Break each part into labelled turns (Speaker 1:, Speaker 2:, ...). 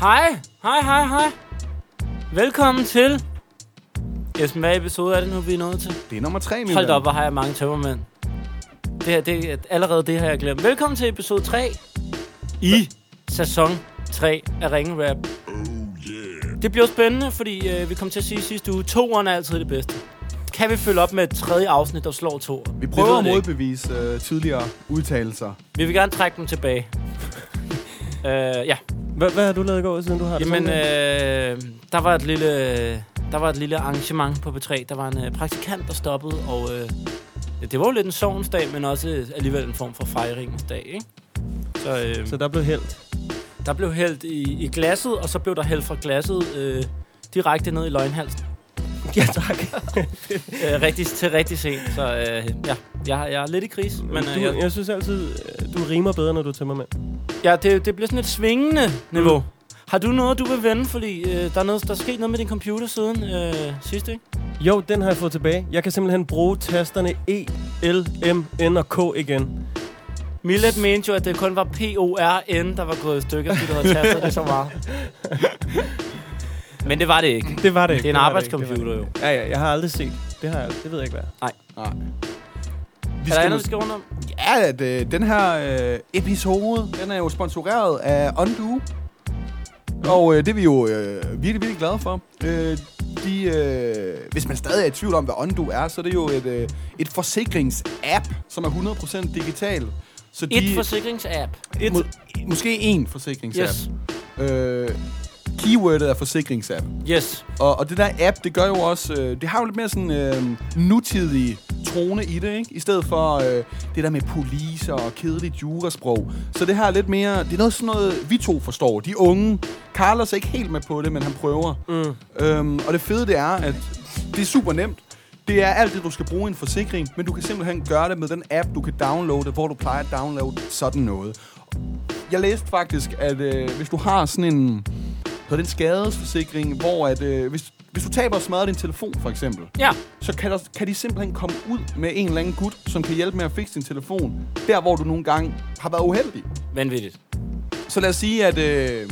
Speaker 1: Hej, hej, hej, hej. Velkommen til. Jesper, hvad episode er det nu, vi er nået til?
Speaker 2: Det er nummer tre, min
Speaker 1: Hold da
Speaker 2: ven.
Speaker 1: op, hvor har jeg mange tømmermænd. Det her, det, allerede det har jeg glemt. Velkommen til episode 3 i sæson 3 af Ringe Rap. Det bliver spændende, fordi øh, vi kom til at sige i sidste uge, toeren er altid det bedste. Kan vi følge op med et tredje afsnit, der slår to?
Speaker 2: Vi prøver at
Speaker 1: mod.
Speaker 2: modbevise øh, tidligere udtalelser.
Speaker 1: Vi vil gerne trække dem tilbage. øh, ja,
Speaker 3: Hvad, hvad har du lavet i går, siden du har det
Speaker 1: Jamen,
Speaker 3: sådan?
Speaker 1: øh, der var et lille der var et lille arrangement på B3. Der var en øh, praktikant, der stoppede, og øh, ja, det var jo lidt en sovens dag, men også øh, alligevel en form for fejringens dag, ikke? Så, øh,
Speaker 3: Så
Speaker 1: så
Speaker 3: der blev hældt.
Speaker 1: der blev hældt i, i glasset, og så blev der hældt fra glasset øh, direkte ned i løgnhalsen.
Speaker 3: Ja, tak.
Speaker 1: Øh, rigtig, til rigtig sent, så øh, ja, jeg, jeg er lidt i kris. Men, øh,
Speaker 3: du,
Speaker 1: jeg,
Speaker 3: jeg... jeg synes altid, øh, du rimer bedre, når du tømmer mand.
Speaker 1: Ja, det, det bliver sådan et svingende niveau. Mm. Har du noget, du vil vende? Fordi øh, der, er noget, der er sket noget med din computer siden øh, sidste, ikke?
Speaker 3: Jo, den har jeg fået tilbage. Jeg kan simpelthen bruge tasterne E, L, M, N og K igen.
Speaker 1: Millet mente jo, at det kun var P-O-R-N, der var gået i stykker, fordi du havde tastet det så meget. Men det var det ikke.
Speaker 3: Det var det
Speaker 1: Det er en arbejdscomputer jo.
Speaker 3: Ja, ja, jeg har aldrig set. Det har jeg aldrig. Det ved jeg ikke, hvad er.
Speaker 2: Nej. Vi
Speaker 1: Er der
Speaker 2: skal
Speaker 1: andet,
Speaker 2: nu...
Speaker 1: vi skal rundt om?
Speaker 2: Ja, at, øh, den her øh, episode, den er jo sponsoreret af Undo. Og øh, det er vi jo øh, virkelig, virkelig glade for. Øh, de, øh, hvis man stadig er i tvivl om, hvad Undo er, så er det jo et, øh, et forsikrings-app, som er 100% digital. Så de,
Speaker 1: Et forsikringsapp.
Speaker 3: Et,
Speaker 2: må, måske én
Speaker 1: Yes.
Speaker 2: forsikrings-app. Øh, keywordet er forsikrings-app.
Speaker 1: Yes.
Speaker 2: Og, og det der app, det gør jo også, øh, det har jo lidt mere sådan øh, nutidig tone i det, ikke? I stedet for øh, det der med poliser og kedeligt jurasprog. Så det her er lidt mere, det er noget sådan noget, vi to forstår. De unge, Carlos er ikke helt med på det, men han prøver.
Speaker 3: Mm.
Speaker 2: Øhm, og det fede det er, at det er super nemt. Det er alt det, du skal bruge i en forsikring, men du kan simpelthen gøre det med den app, du kan downloade, hvor du plejer at downloade sådan noget. Jeg læste faktisk, at øh, hvis du har sådan en, hedder det en skadesforsikring, hvor at, øh, hvis, hvis du taber og smadrer din telefon for eksempel,
Speaker 1: Ja.
Speaker 2: så kan, der, kan de simpelthen komme ud med en eller anden gut, som kan hjælpe med at fikse din telefon, der hvor du nogle gange har været uheldig.
Speaker 1: Vanvittigt.
Speaker 2: Så lad os sige, at... Øh,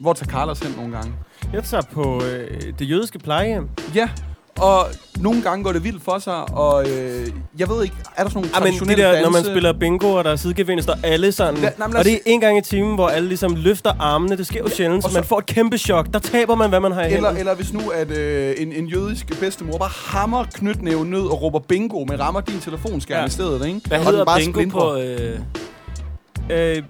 Speaker 2: hvor tager Carlos hen nogle gange?
Speaker 3: Jeg tager på øh, det jødiske plejehjem.
Speaker 2: Ja, og nogle gange går det vildt for sig, og øh, jeg ved ikke, er der sådan nogle
Speaker 3: Ja, Ah, men det
Speaker 2: traditionelle
Speaker 3: der,
Speaker 2: danse?
Speaker 3: når man spiller bingo, og der er sidegevinster, alle sådan.
Speaker 2: Ja,
Speaker 3: Ja,
Speaker 2: nej, men lad
Speaker 3: og
Speaker 2: os-
Speaker 3: det er en gang i timen, hvor alle ligesom løfter armene. Det sker jo sjældent,
Speaker 2: og
Speaker 3: så man
Speaker 2: så-
Speaker 3: får et kæmpe chok. Der taber man, hvad man har i
Speaker 2: Eller,
Speaker 3: hænderne.
Speaker 2: eller hvis nu, at øh, en, en jødisk bedstemor bare hammer knytnæven ned og råber bingo, men rammer din telefonskærm ja.
Speaker 3: Ja.
Speaker 2: i stedet, ikke?
Speaker 1: Hvad
Speaker 2: og den
Speaker 1: hedder
Speaker 2: bare
Speaker 1: bingo
Speaker 2: splintrer.
Speaker 1: på... Øh,
Speaker 3: Øh,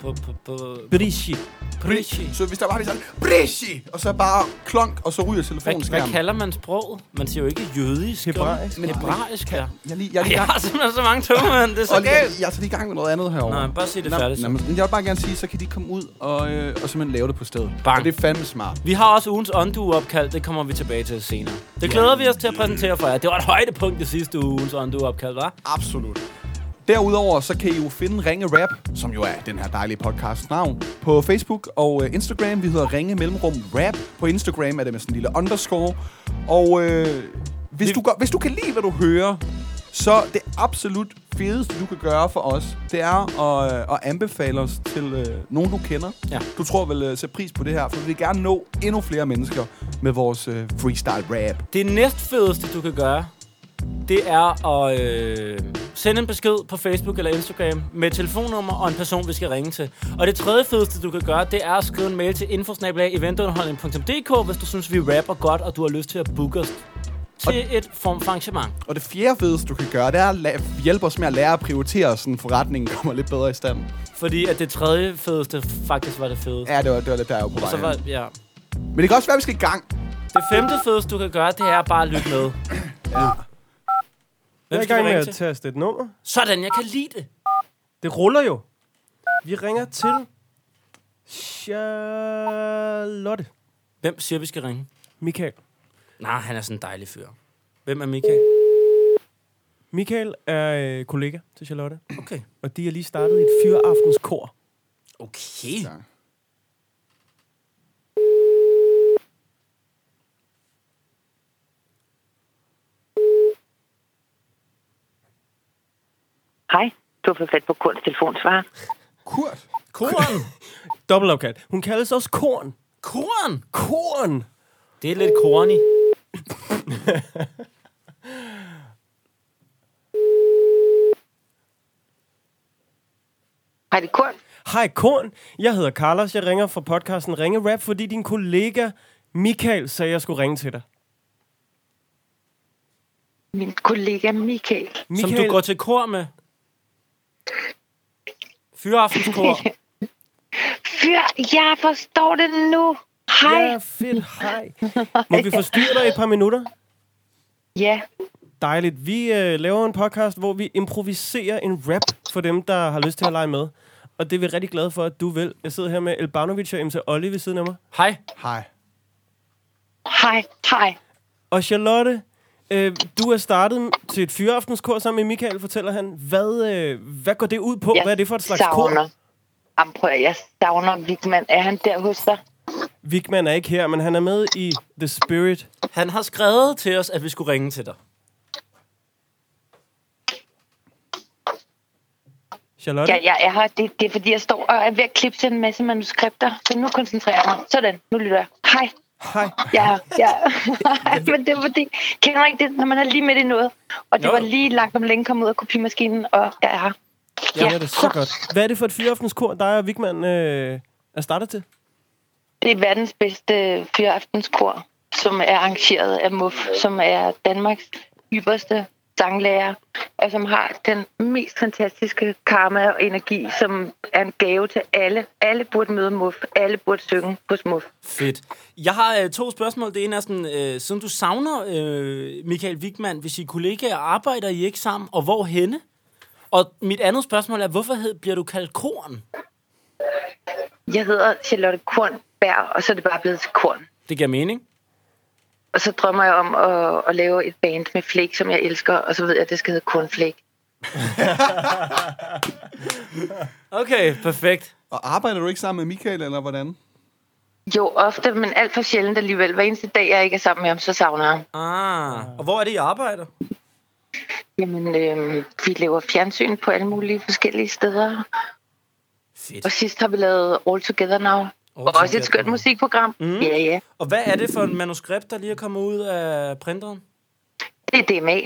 Speaker 1: på, på, på,
Speaker 3: Brishi.
Speaker 1: på
Speaker 2: Så hvis der bare lige sådan, brishi, og så bare klonk, og så ryger
Speaker 1: hvad,
Speaker 2: telefonskærmen.
Speaker 1: hvad kalder man sproget? Man siger jo ikke jødisk. gør man?
Speaker 3: Hebraisk.
Speaker 1: Men hebraisk, ja.
Speaker 2: Jeg er lige, jeg er
Speaker 1: Ej, Jeg
Speaker 2: lige i gang.
Speaker 1: har simpelthen så mange tømmermænd, det er så
Speaker 2: Og lige,
Speaker 1: galt.
Speaker 2: jeg er så lige i gang med noget andet herovre.
Speaker 1: Nå, men bare sig det
Speaker 2: Nå,
Speaker 1: færdigt, så.
Speaker 2: nå, men jeg vil bare gerne sige, så kan de komme ud og, øh, og simpelthen lave det på stedet.
Speaker 1: Bang.
Speaker 2: Og det er fandme smart.
Speaker 1: Vi har også ugens undo-opkald, det kommer vi tilbage til senere. Det glæder vi os til at præsentere for jer. Det var et højdepunkt det sidste ugens undo-opkald, var?
Speaker 2: Absolut. Derudover så kan I jo finde Ringe Rap, som jo er den her dejlige podcast navn, på Facebook og øh, Instagram. Vi hedder Ringe Mellemrum Rap. På Instagram er det med sådan en lille underscore. Og øh, hvis, du, gør, hvis du kan lide, hvad du hører, så det absolut fedeste, du kan gøre for os, det er at, øh, at anbefale os til øh, nogen, du kender.
Speaker 1: Ja.
Speaker 2: Du tror vel øh, sætter pris på det her, for vi vil gerne nå endnu flere mennesker med vores øh, freestyle rap.
Speaker 1: Det næstfedeste, du kan gøre, det er at øh, sende en besked på Facebook eller Instagram med et telefonnummer og en person, vi skal ringe til. Og det tredje fedeste, du kan gøre, det er at skrive en mail til infosnabelag.eventunderholdning.dk, hvis du synes, vi rapper godt, og du har lyst til at booke os til et form for arrangement.
Speaker 2: Og det fjerde fedeste, du kan gøre, det er at la- hjælpe os med at lære at prioritere, så forretningen kommer lidt bedre i stand.
Speaker 1: Fordi at det tredje fedeste faktisk var det fedeste.
Speaker 2: Ja, det var, det var lidt der, jeg var på
Speaker 1: Og
Speaker 2: vej.
Speaker 1: så
Speaker 2: hen.
Speaker 1: var, ja.
Speaker 2: Men det kan også være, at vi skal i gang.
Speaker 1: Det femte fedeste, du kan gøre, det er bare at lytte med.
Speaker 3: Jeg er
Speaker 1: Hvem
Speaker 3: i
Speaker 1: skal
Speaker 3: gang
Speaker 1: vi
Speaker 3: med
Speaker 1: ringe
Speaker 3: at
Speaker 1: til?
Speaker 3: taste et nummer.
Speaker 1: Sådan, jeg kan lide det.
Speaker 3: Det ruller jo. Vi ringer til Charlotte
Speaker 1: Hvem siger, vi skal ringe?
Speaker 3: Michael.
Speaker 1: Nej, han er sådan en dejlig fyr. Hvem er Michael?
Speaker 3: Michael er øh, kollega til Charlotte,
Speaker 1: Okay.
Speaker 3: og de har lige startet et fyreaftenskor.
Speaker 1: Okay.
Speaker 2: Ja.
Speaker 4: Hej, du har fået fat på Kurts telefonsvarer.
Speaker 2: Kurt.
Speaker 1: Koren.
Speaker 3: Dobbeltafkat. Hun kaldes også korn.
Speaker 1: Korn!
Speaker 3: Korn!
Speaker 1: Det er lidt corny.
Speaker 4: Hej, det er Kurt.
Speaker 3: Hej Korn, jeg hedder Carlos. Jeg ringer fra podcasten Ringe Rap, fordi din kollega Michael sagde, jeg skulle ringe til dig.
Speaker 4: Min kollega Michael.
Speaker 1: Michael. Som du går til kor med. Fyreaftenskor.
Speaker 4: Fyr, jeg forstår det nu. Hej.
Speaker 3: Ja, fedt. Hej. Må vi forstyrre dig i et par minutter?
Speaker 4: Ja.
Speaker 3: Dejligt. Vi øh, laver en podcast, hvor vi improviserer en rap for dem, der har lyst til at lege med. Og det er vi rigtig glade for, at du vil. Jeg sidder her med Elbanovic og MC Olli ved siden af mig.
Speaker 1: Hej.
Speaker 2: Hej.
Speaker 4: Hej, hej.
Speaker 3: Og Charlotte, øh, du er startet til et fyreaftenskor sammen med Michael, fortæller han. Hvad, øh, hvad går det ud på?
Speaker 4: Jeg
Speaker 3: Hvad er det for et slags
Speaker 4: savner.
Speaker 3: kor?
Speaker 4: Jamen, prøv, at- jeg savner Vigman. Er han der hos dig?
Speaker 3: Vigman er ikke her, men han er med i The Spirit.
Speaker 1: Han har skrevet til os, at vi skulle ringe til dig.
Speaker 3: Charlotte?
Speaker 4: Ja, jeg er her. Det, det er, fordi jeg står og er ved at klippe til en masse manuskripter. Så nu koncentrerer jeg mig. Sådan, nu lytter jeg. Hej.
Speaker 3: Hej.
Speaker 4: Ja, ja. Men det er fordi, kender du ikke det, når man er lige midt i noget. Og det
Speaker 1: Jo.
Speaker 4: var lige langt om længe kommet ud af kopimaskinen, og jeg er her.
Speaker 3: Ja, det er så godt. Hvad er det for et fyreaftenskor, dig og Vigman øh, er startet til?
Speaker 4: Det er verdens bedste fyreaftenskor, som er arrangeret af MUF, som er Danmarks ypperste sanglærer, og som har den mest fantastiske karma og energi, som er en gave til alle. Alle burde møde MUF. Alle burde synge hos MUF.
Speaker 1: Fedt. Jeg har øh, to spørgsmål. Det ene er sådan, øh, siden du savner øh, Michael Wigman, hvis I kollegaer arbejder I ikke sammen, og hvor henne? Og mit andet spørgsmål er, hvorfor hed, bliver du kaldt korn?
Speaker 4: Jeg hedder Charlotte Kornberg, og så er det bare blevet til Korn.
Speaker 1: Det giver mening.
Speaker 4: Og så drømmer jeg om at, at lave et band med Flake, som jeg elsker, og så ved jeg, at det skal hedde Kornflake.
Speaker 1: Okay, perfekt.
Speaker 2: Og arbejder du ikke sammen med Michael, eller hvordan?
Speaker 4: Jo, ofte, men alt for sjældent alligevel. Hver eneste dag, jeg ikke er sammen med ham, så savner jeg ham.
Speaker 1: Ah, og hvor er det, I arbejder?
Speaker 4: Jamen, øh, vi laver fjernsyn på alle mulige forskellige steder.
Speaker 1: Fedt.
Speaker 4: Og sidst har vi lavet All Together Now. og også
Speaker 1: Together
Speaker 4: et skønt
Speaker 1: Now.
Speaker 4: musikprogram. Mm. Ja, ja.
Speaker 1: Og hvad er det for et manuskript, der lige er kommet ud af printeren?
Speaker 4: Det er DMA.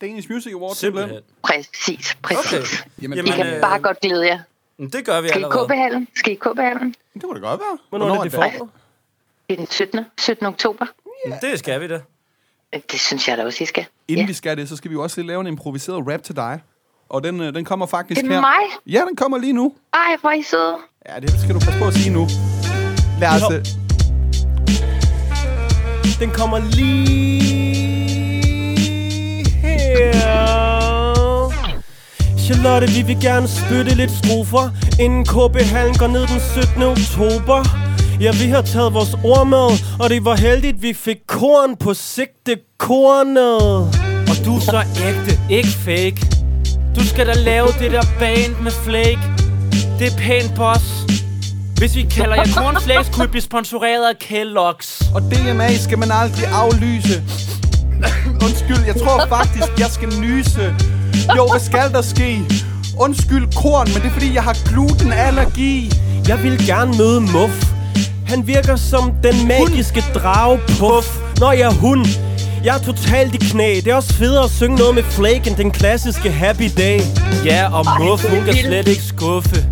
Speaker 2: Danish Music Awards,
Speaker 1: Simpelthen.
Speaker 4: Præcis, præcis.
Speaker 1: Okay.
Speaker 4: Okay.
Speaker 2: Jamen,
Speaker 4: I
Speaker 1: Jamen,
Speaker 4: kan
Speaker 1: øh,
Speaker 4: øh... bare godt glæde jer.
Speaker 1: men det gør vi
Speaker 4: Skal I
Speaker 1: allerede.
Speaker 4: KB-hallen? Skal I KB-hallen?
Speaker 2: Det kunne det godt være.
Speaker 3: Hvornår, Hvornår er det, det
Speaker 2: det?
Speaker 3: foregår?
Speaker 4: Det er den 17. 17. oktober.
Speaker 1: Men Det skal vi da.
Speaker 4: Det synes jeg da også, I skal.
Speaker 2: Inden
Speaker 4: Ja.
Speaker 2: vi skal det, så skal vi jo også lige lave en improviseret rap til dig. Og den, øh, den kommer faktisk
Speaker 4: Til
Speaker 2: her.
Speaker 4: mig?
Speaker 2: Ja, den kommer lige nu.
Speaker 4: Ej, hvor er I søde.
Speaker 2: Ja, det skal du passe på at sige nu. Lad os...
Speaker 3: Jo.
Speaker 2: øh,
Speaker 3: Den kommer lige her. Charlotte, vi vil gerne spytte lidt strofer Inden KB-hallen går ned den 17. oktober Ja, vi har taget vores ord med Og det var heldigt, vi fik korn på sigte kornet
Speaker 1: Og du er så ægte, ikke fake. Du skal da lave det der band med flake. Det er pænt, boss. Hvis vi kalder jer cornflakes, kunne I blive sponsoreret af Kellogg's.
Speaker 2: Og DMA skal man aldrig aflyse. Undskyld, jeg tror faktisk, jeg skal nyse. Jo, hvad skal der ske? Undskyld, korn, men det er fordi, jeg har glutenallergi.
Speaker 3: Jeg vil gerne møde Muff. Han virker som den magiske drage Puff. Nå ja, hun. Jeg er totalt i knæ. Det er også federe at synge noget med Flake end den klassiske Happy Day.
Speaker 1: Ja, og Muff, hun kan
Speaker 4: vildt.
Speaker 1: slet ikke skuffe.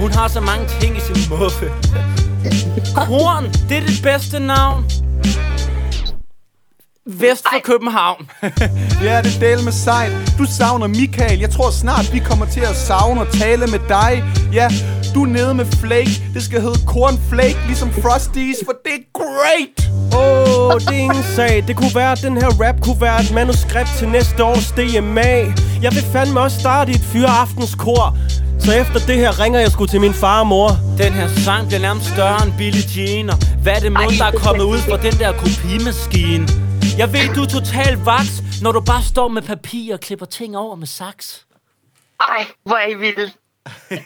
Speaker 1: Hun har så mange ting i sin muffe. Korn, det er det bedste navn. Vest for København.
Speaker 2: Ja, det er del med sejt. Du savner Michael. Jeg tror snart, vi kommer til at savne og tale med dig. Ja, du er nede med Flake. Det skal hedde Cornflake, ligesom Frosties, for det er great.
Speaker 3: Åh, oh, det er ingen sag. Det kunne være, at den her rap kunne være et manuskript til næste års DMA. Jeg vil fandme også starte i et fyreaftenskor. Så efter det her ringer jeg sgu til min far og mor.
Speaker 1: Den her sang bliver nærmest større end Billie Jean Og hvad er det mod,
Speaker 4: Ej,
Speaker 1: der er
Speaker 4: det
Speaker 1: kommet
Speaker 4: er
Speaker 1: ud fra den der kopimaskine? Jeg ved, du er total vaks, når du bare står med papir og klipper ting over med saks.
Speaker 4: Ej, hvor er I vilde. Ej,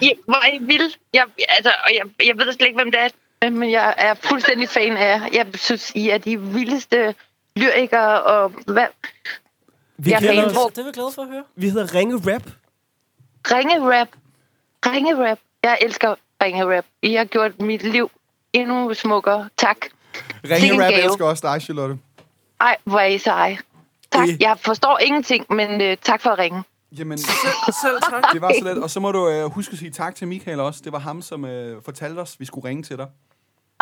Speaker 4: I- hvor er I vilde. Jeg, altså, og jeg, jeg ved slet ikke, hvem det er, Øhm, men jeg er fuldstændig fan af jer. Jeg synes, I er de vildeste lyrikere, og hvad?
Speaker 3: Vi,
Speaker 4: Jeg er
Speaker 3: kalder
Speaker 4: fan.
Speaker 3: os,
Speaker 1: Det er vi glade for at høre.
Speaker 3: vi hedder Ringe Rap.
Speaker 4: Ringe rap. Ringe rap. Jeg elsker ringerap. I har gjort mit liv endnu smukkere. Tak. Sikke en
Speaker 2: Ringe Rap
Speaker 4: gave.
Speaker 2: elsker også dig, Charlotte.
Speaker 4: Ej, hvor er I seje. Tak.
Speaker 1: Det-
Speaker 4: Jeg forstår ingenting, men øh, tak for at ringe.
Speaker 2: Jamen,
Speaker 1: Selv, selv tak.
Speaker 2: det var så let. Og så må du øh, huske at sige tak til Michael også. Det var ham, som øh, fortalte os, vi skulle ringe til dig.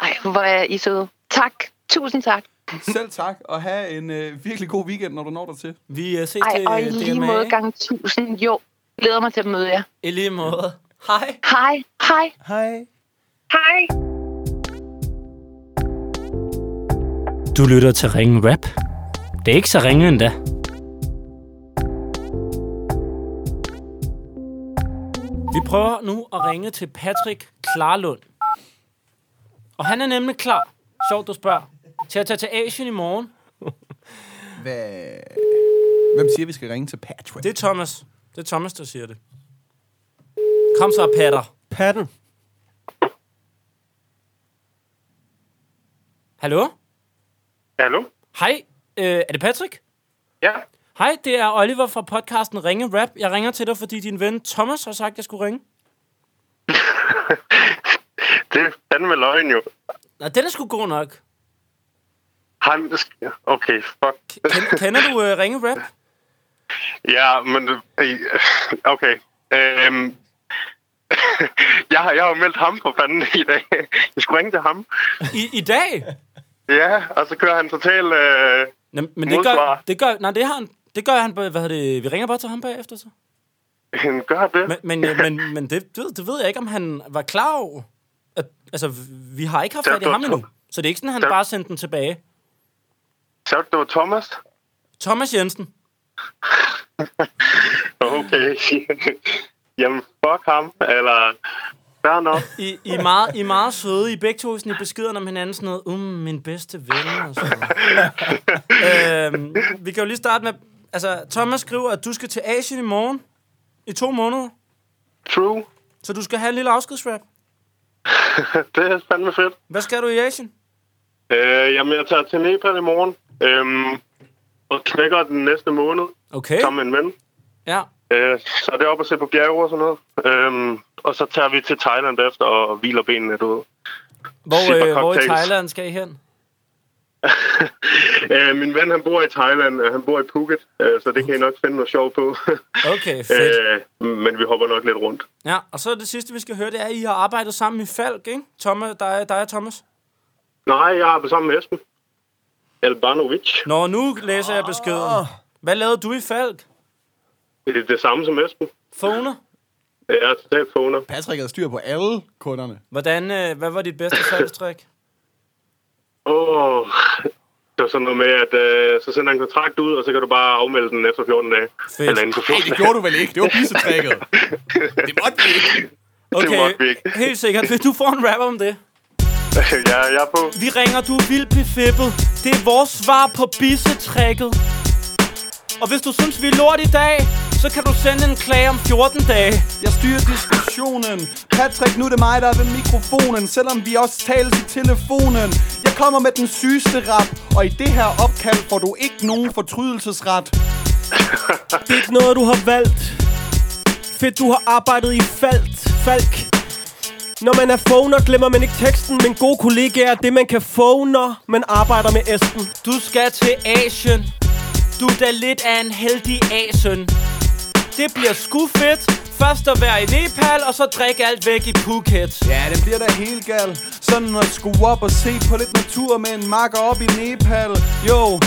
Speaker 4: Ej, hvor er I søde. Tak. Tusind tak.
Speaker 2: Selv tak, og have en øh, virkelig god weekend, når du når dig til.
Speaker 1: Vi øh, ses
Speaker 4: Ej,
Speaker 1: til
Speaker 4: og i
Speaker 1: øh,
Speaker 4: lige
Speaker 1: DMA,
Speaker 4: måde
Speaker 1: ikke?
Speaker 4: gange tusind. Jo, glæder mig til at møde jer.
Speaker 1: I lige måde. Hej.
Speaker 4: Hej. Hej.
Speaker 1: Hej.
Speaker 4: Hej.
Speaker 1: Du lytter til Ringe Rap. Det er ikke så ringe endda. Vi prøver nu at ringe til Patrick Klarlund. Og han er nemlig klar, sjovt du spørger, til at tage til Asien i morgen.
Speaker 2: Hvad... Hvem siger, vi skal ringe til Patrick?
Speaker 1: Det er Thomas. Det er Thomas, der siger det. Kom så, Patter.
Speaker 3: Patten.
Speaker 1: Hallo?
Speaker 5: Hallo?
Speaker 1: Hej, øh, er det Patrick?
Speaker 5: Ja,
Speaker 1: Hej, det er Oliver fra podcasten Ringe Rap. Jeg ringer til dig, fordi din ven Thomas har sagt, at jeg skulle ringe.
Speaker 5: det er fandme løgn jo.
Speaker 1: Nå, den er sgu god nok.
Speaker 5: Han, okay, fuck.
Speaker 1: Ken, kender du øh, Ringe Rap?
Speaker 5: Ja, men... øh, Okay. Øhm, jeg, har, jeg har jo meldt ham på fanden i dag. Jeg skulle ringe til ham.
Speaker 1: I, i dag?
Speaker 5: Ja, og så kører han totalt... Øh,
Speaker 1: Nå, men det gør,
Speaker 5: Modsvar.
Speaker 1: det gør, nej, det har han, det gør han, på- hvad hedder det, vi ringer bare til ham bagefter så.
Speaker 5: han gør det.
Speaker 1: Men, men, øh, men, men det, det, ved- det ved jeg ikke, om han var klar over. At, altså, vi har ikke haft
Speaker 5: Det er
Speaker 1: fat i ham
Speaker 5: godt.
Speaker 1: endnu. Så det er ikke sådan, at han
Speaker 5: Det er-
Speaker 1: bare sendte den tilbage.
Speaker 5: Så det var Thomas?
Speaker 1: Thomas Jensen.
Speaker 5: Okay. Jamen, fuck ham. Eller... Fair nok.
Speaker 1: I, I, er meget, I er meget søde. I er begge to sådan, i beskederne om hinanden sådan noget. Um, min bedste ven og sådan noget. øhm, vi kan jo lige starte med... Altså, Thomas skriver, at du skal til Asien i morgen. I to måneder.
Speaker 5: True.
Speaker 1: Så du skal have en lille afskedsrap.
Speaker 5: Det er fandme fedt.
Speaker 1: Hvad skal du i Asien?
Speaker 5: Øh, jamen, jeg tager til Nepal i morgen. Øhm, og knækker den næste måned
Speaker 1: Okay.
Speaker 5: sammen med en ven.
Speaker 1: Ja.
Speaker 5: Øh, så det er op og se på bjerge og sådan noget. Øhm, og så tager vi til Thailand efter og hviler benene lidt ud.
Speaker 1: Hvor,
Speaker 5: Super
Speaker 1: øh, hvor i
Speaker 5: cocktails.
Speaker 1: Thailand skal I hen?
Speaker 5: øh, min ven, han bor i Thailand. Øh, Han bor i Phuket, øh, så det kan I nok finde noget sjovt på.
Speaker 1: Okay, fedt.
Speaker 5: øh, men vi hopper nok lidt rundt.
Speaker 1: Ja, og så det sidste, vi skal høre, det er, at I har arbejdet sammen i Falk, ikke? Thomas, dig, dig og Thomas.
Speaker 5: Nej, jeg arbejder sammen med Esben. Albanovic.
Speaker 1: Nå, nu læser jeg
Speaker 2: Ah.
Speaker 1: beskeden. Hvad lavede du i Falk?
Speaker 5: Det er det samme som Esben.
Speaker 1: Foner?
Speaker 5: Jeg er totalt phoner.
Speaker 2: Patrick havde styr på alle kunderne.
Speaker 1: Hvordan, øh, hvad var dit bedste salgstrik?
Speaker 5: Åh, det var sådan noget med, at øh, så sender han en kontrakt ud, og så kan du bare afmelde den efter 14 dage.
Speaker 1: Fedt.
Speaker 5: Eller inden for 14
Speaker 2: Det
Speaker 5: dage.
Speaker 2: gjorde du vel ikke? Det var pissetrækket. Det måtte vi ikke.
Speaker 1: Okay,
Speaker 5: måtte vi ikke.
Speaker 1: helt sikkert. Vil du få en rap om det?
Speaker 5: ja, jeg er på.
Speaker 1: Vi ringer, du er vildt befippet. Det er vores svar på bissetrækket. Og hvis du synes, vi er lort i dag, så kan du sende en klage om 14 dage.
Speaker 2: Jeg styrer diskussionen. Patrick, nu er det mig, der er ved mikrofonen, selvom vi også tales i telefonen. Jeg kommer med den sygeste rap, og i det her opkald får du ikke nogen fortrydelsesret.
Speaker 3: Det er ikke noget, du har valgt. Fedt, du har arbejdet i falt, falk. Når man er phoner, glemmer man ikke teksten, men gode kollegaer er det, man kan få, når man arbejder med Esben.
Speaker 1: Du skal til Asien. Du er da lidt af en heldig asen. Det bliver sgu fedt. Først at være i Nepal, og så drikke alt væk i Phuket.
Speaker 2: Ja, den bliver da helt gal. Sådan at skue op og se på lidt natur med en makker op i Nepal. Jo,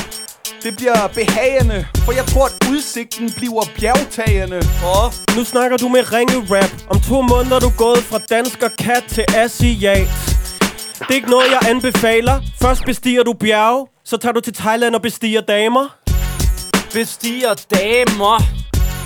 Speaker 2: det bliver behagende, for jeg tror, at udsigten bliver bjergtagende.
Speaker 3: Og nu snakker du med ringe rap. Om to måneder er du gået fra dansk og kat til asiat. Det er ikke noget, jeg anbefaler. Først bestiger du bjerge, så tager du til Thailand og bestiger damer.
Speaker 1: bestiger damer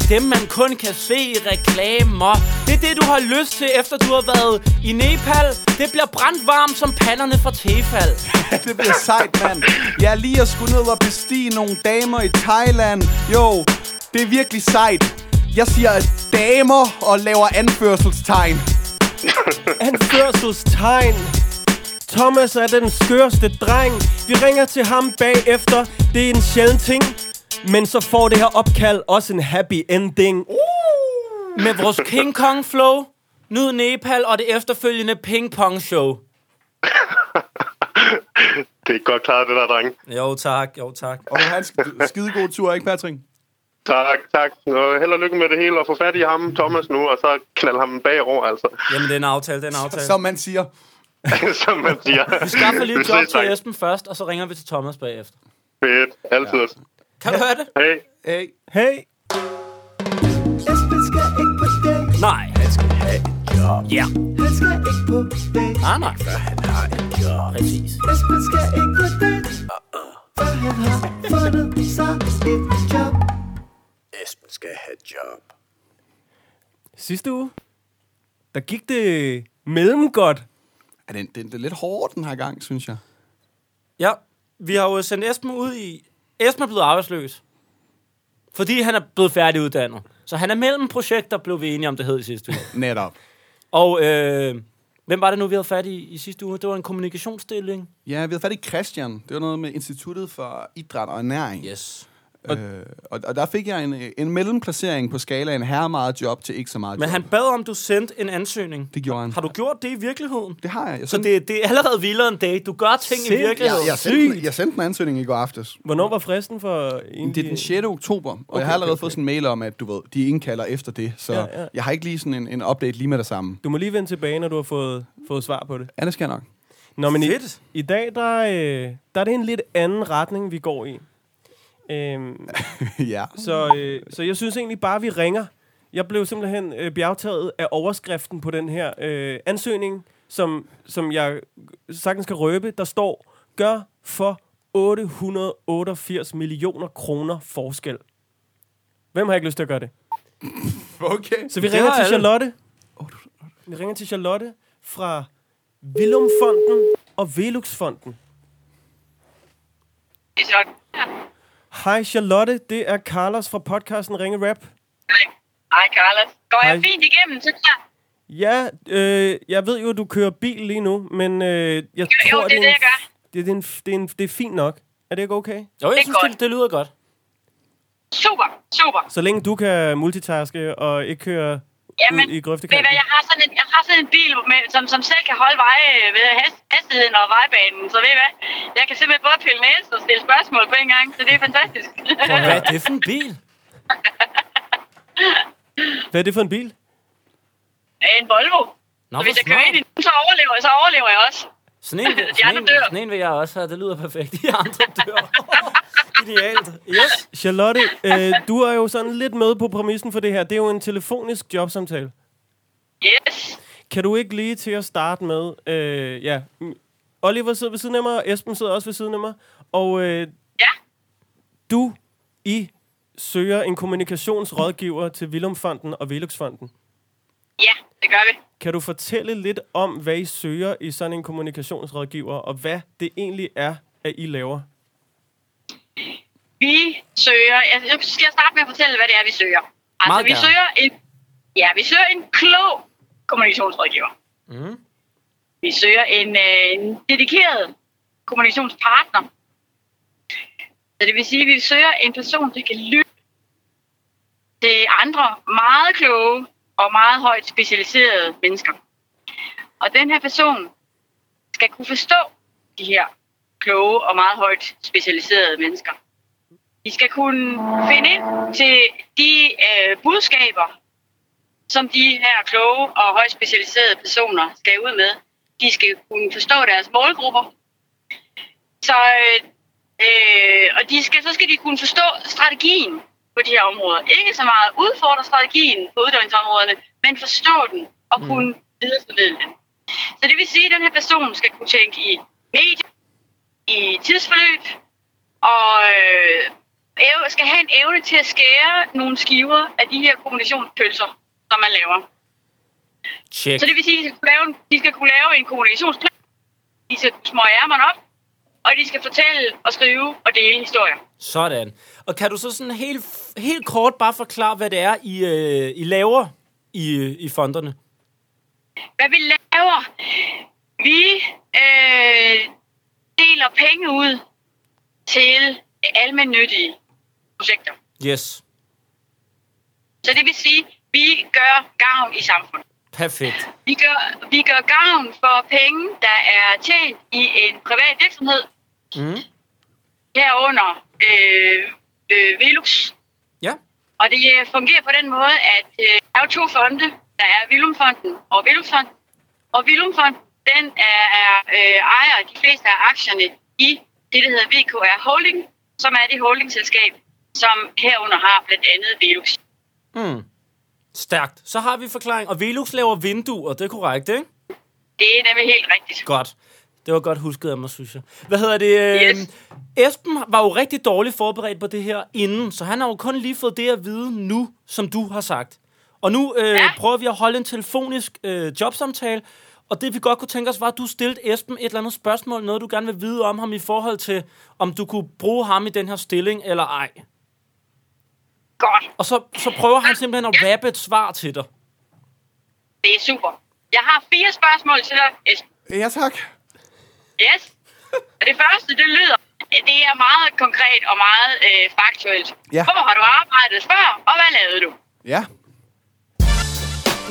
Speaker 1: Dem man kun kan se i reklamer Det er det du har lyst til efter du har været i Nepal Det bliver brandvarmt som panderne fra tefal
Speaker 2: Det bliver sejt, mand. Jeg er lige at skulle ned og bestige nogle damer i Thailand. Jo, det er virkelig sejt. Jeg siger damer og laver anførselstegn.
Speaker 3: Anførselstegn. Thomas er den skørste dreng. Vi ringer til ham bagefter. Det er en sjælden ting. Men så får
Speaker 6: Uh!
Speaker 3: det her opkald også en happy ending.
Speaker 1: Med vores King Kong flow Nyd Nepal og det efterfølgende ping-pong-show.
Speaker 7: det er godt klaret, det der, drenge.
Speaker 1: Jo tak, jo tak.
Speaker 2: Og han sk- skidegod tur, ikke Patrick?
Speaker 7: Tak, tak. Og held og lykke med det hele, og få fat i ham, Thomas, nu, og så knald ham bagover, altså.
Speaker 1: Jamen, det er en aftale, det er en aftale.
Speaker 2: Som man siger.
Speaker 7: Som man siger. Vi
Speaker 1: Skaffer lige et
Speaker 7: ses,
Speaker 1: job til
Speaker 7: drenge.
Speaker 1: Esben først, og så ringer vi til Thomas bagefter.
Speaker 7: Fedt. Altid. Ja.
Speaker 1: Kan du høre det?
Speaker 7: Hej.
Speaker 2: Hey.
Speaker 3: Hey,
Speaker 6: Esben skal ikke på date.
Speaker 1: Nej.
Speaker 6: Han skal have et job.
Speaker 1: Ja.
Speaker 6: Han skal ikke på date.
Speaker 1: Nej, nej.
Speaker 6: Han har et job.
Speaker 1: Præcis.
Speaker 6: Esben skal ikke på date. For han har fundet sig et job. Esben skal have et job.
Speaker 3: sidste uge, der gik det mellemgodt.
Speaker 2: Ja, den, den, den er lidt hård den her gang, synes jeg.
Speaker 1: Ja, vi har jo sendt Esben ud i... Esben er blevet arbejdsløs. Fordi han er blevet færdiguddannet. Så han er mellem projekter, blev vi enige om, det hed i sidste uge.
Speaker 2: Netop.
Speaker 1: Og øh, hvem var det nu, vi havde fat i i sidste uge? Det var en kommunikationsstilling.
Speaker 2: Ja, vi havde fat i Christian. Det var noget med Instituttet for Idræt og Ernæring.
Speaker 1: Yes.
Speaker 2: Øh, og, og der fik jeg en, øh, en mellemklassering på skalaen her meget job til ikke så meget
Speaker 1: Men
Speaker 2: job.
Speaker 1: han bad om, du sendte en ansøgning.
Speaker 2: Det gjorde han.
Speaker 1: Har du gjort det i virkeligheden?
Speaker 2: Det har jeg. jeg
Speaker 1: Så det, det er allerede vildere en dag. Du gør ting i
Speaker 3: Sind-
Speaker 1: virkeligheden.
Speaker 2: jeg, jeg, sendte, jeg sendte en ansøgning i går aftes.
Speaker 3: Hvornår var fristen for...
Speaker 2: Det er den 6. oktober, og okay, jeg har allerede okay, fået sådan en mail om, at du ved, de indkalder efter det, så
Speaker 3: Ja,
Speaker 2: ja,
Speaker 3: ja.
Speaker 2: ja. jeg har ikke lige sådan en, en update lige med det samme.
Speaker 3: Du må lige vende tilbage, når du har fået, fået svar på det.
Speaker 2: Ja, det skal jeg nok.
Speaker 3: Nå, men i,
Speaker 1: Fedt.
Speaker 3: i dag, der, øh, der er det en lidt anden retning, vi går i. Øhm,
Speaker 2: ja.
Speaker 3: så, øh, så jeg synes egentlig bare, vi ringer. Jeg blev simpelthen øh, bjergtaget af overskriften på den her øh, ansøgning, som, som jeg sagtens kan røbe. Der står, gør for 888 millioner kroner forskel. Hvem har ikke lyst til at gøre det?
Speaker 2: Okay.
Speaker 3: Så vi
Speaker 1: Det
Speaker 3: ringer
Speaker 1: har
Speaker 3: til
Speaker 1: alle.
Speaker 3: Charlotte. Vi ringer til Charlotte fra Vilumfonden og Veluxfonden. Hej Charlotte, det er Carlos fra podcasten Ringe Rap.
Speaker 8: Hej, Carlos. Går jeg
Speaker 3: Hej.
Speaker 8: fint igennem, synes jeg?
Speaker 3: Ja, øh, jeg ved jo, at du kører bil lige nu, men øh, jeg
Speaker 8: Jo,
Speaker 3: tror,
Speaker 8: det er
Speaker 3: en,
Speaker 8: det, jeg gør.
Speaker 3: det, det, er en, det, er en, det er fint nok. Er det ikke okay?
Speaker 1: Jo, jeg
Speaker 8: Det er
Speaker 1: synes, det,
Speaker 8: godt.
Speaker 1: det lyder godt.
Speaker 8: Super, super.
Speaker 3: Så længe du kan multitaske og ikke køre
Speaker 8: Jamen,
Speaker 3: ud i
Speaker 8: ved I
Speaker 3: grøftekanten.
Speaker 8: hvad, jeg har sådan en, jeg har sådan en bil, med, som, som selv kan holde vej, øh, ved hast, hastigheden og vejbanen. Så ved I hvad, jeg kan simpelthen både pille næse og stille spørgsmål på en gang, så det er fantastisk.
Speaker 1: Hvad er det for en bil?
Speaker 3: Hvad er det for en bil?
Speaker 8: en Volvo.
Speaker 1: Nå,
Speaker 8: Så hvis
Speaker 1: hvor
Speaker 8: jeg kører ind i
Speaker 1: smart.
Speaker 8: den, så overlever, jeg- så overlever jeg også.
Speaker 1: Sådan en,
Speaker 8: De
Speaker 1: sådan,
Speaker 8: andre
Speaker 1: en,
Speaker 8: dør.
Speaker 1: sådan en vil jeg også have. Det lyder perfekt. De andre dør. Idealt. Yes.
Speaker 3: Charlotte, øh, du er jo sådan lidt med på præmissen for det her. Det er jo en telefonisk jobsamtale.
Speaker 8: Yes.
Speaker 3: Kan du ikke lige til at starte med, øh, ja, mm, Oliver sidder ved siden af mig, og Esben sidder også ved siden af mig, og øh,
Speaker 8: Ja.
Speaker 3: du, I, søger en kommunikationsrådgiver til Vilumfonden og Veluxfonden.
Speaker 8: Ja, det gør vi.
Speaker 3: Kan du fortælle lidt om, hvad I søger i sådan en kommunikationsrådgiver, og hvad det egentlig er, at I laver?
Speaker 8: Vi søger... Altså, jeg skal starte med at fortælle, hvad det er, vi søger. Altså,
Speaker 1: Meget
Speaker 8: vi
Speaker 1: gerne.
Speaker 8: søger en... Ja, vi søger en klog kommunikationsrådgiver. Mm. Vi søger en, øh, en dedikeret kommunikationspartner. Så det vil sige, at vi søger en person, der kan lytte til andre meget kloge og meget højt specialiserede mennesker. Og den her person skal kunne forstå de her kloge og meget højt specialiserede mennesker. De skal kunne finde ind til de øh, budskaber, som de her kloge og højt specialiserede personer skal ud med. De skal kunne forstå deres målgrupper. Så, øh, øh, og de skal, så skal de kunne forstå strategien på de her områder. Ikke så meget udfordre strategien på uddannelsesområderne, men forstå den og
Speaker 1: Mm.
Speaker 8: kunne videreformidle den. Så det vil sige, at den her person skal kunne tænke i medier, i tidsforløb, og øh, ev- skal have en evne til at skære nogle skiver af de her kommunikationspølser, som man laver.
Speaker 1: Check.
Speaker 8: Så det vil sige, at de skal kunne lave en, de skal kunne lave en kommunikationsplan, de skal kunne smøge ærmerne op, og de skal fortælle og skrive og dele historier.
Speaker 1: Sådan. Og kan du så sådan helt, helt kort bare forklare, hvad det er, I, øh, I laver i, øh, i fonderne?
Speaker 8: hvad vi laver. Vi øh, deler penge ud til almennyttige projekter.
Speaker 1: Yes.
Speaker 8: Så det vil sige, at vi gør gavn i samfundet.
Speaker 1: Perfekt.
Speaker 8: Vi gør, vi gør gavn for penge, der er tjent i en privat virksomhed,
Speaker 1: Mm.
Speaker 8: herunder øh, øh, Velux.
Speaker 1: Ja.
Speaker 8: Og det øh, fungerer på den måde, at øh, der er jo to fonde. Der er Vilumfonden og Vilumfonden. Og Vilumfonden, den er, er øh, ejer de fleste af aktierne i det, der hedder VKR Holding, som er det holdingselskab, som herunder har blandt andet Velux.
Speaker 1: Mm. Stærkt. Så har vi forklaring. Og Velux laver vinduer, det er korrekt, ikke?
Speaker 8: Det er nemlig helt rigtigt.
Speaker 1: Godt. Det var godt husket af mig, synes jeg. Hvad hedder det?
Speaker 8: Yes.
Speaker 1: Øhm, Esben var jo rigtig dårligt forberedt på det her inden, så han har jo kun lige fået det at vide nu, som du har sagt. Og nu øh,
Speaker 8: Ja.
Speaker 1: prøver vi at holde en telefonisk øh, jobsamtale, og det vi godt kunne tænke os var, at du stillede Esben et eller andet spørgsmål, noget du gerne vil vide om ham i forhold til, om du kunne bruge ham i den her stilling eller ej.
Speaker 8: Godt.
Speaker 1: Og så, så prøver han simpelthen at rappe et svar til dig.
Speaker 8: Det er super. Jeg har fire spørgsmål til dig, Esben.
Speaker 2: Ja, tak.
Speaker 8: Yes. Og det første, det lyder, det er meget konkret og meget øh, faktuelt.
Speaker 2: Ja.
Speaker 8: Hvor har du arbejdet før, og hvad lavede du?
Speaker 2: Ja.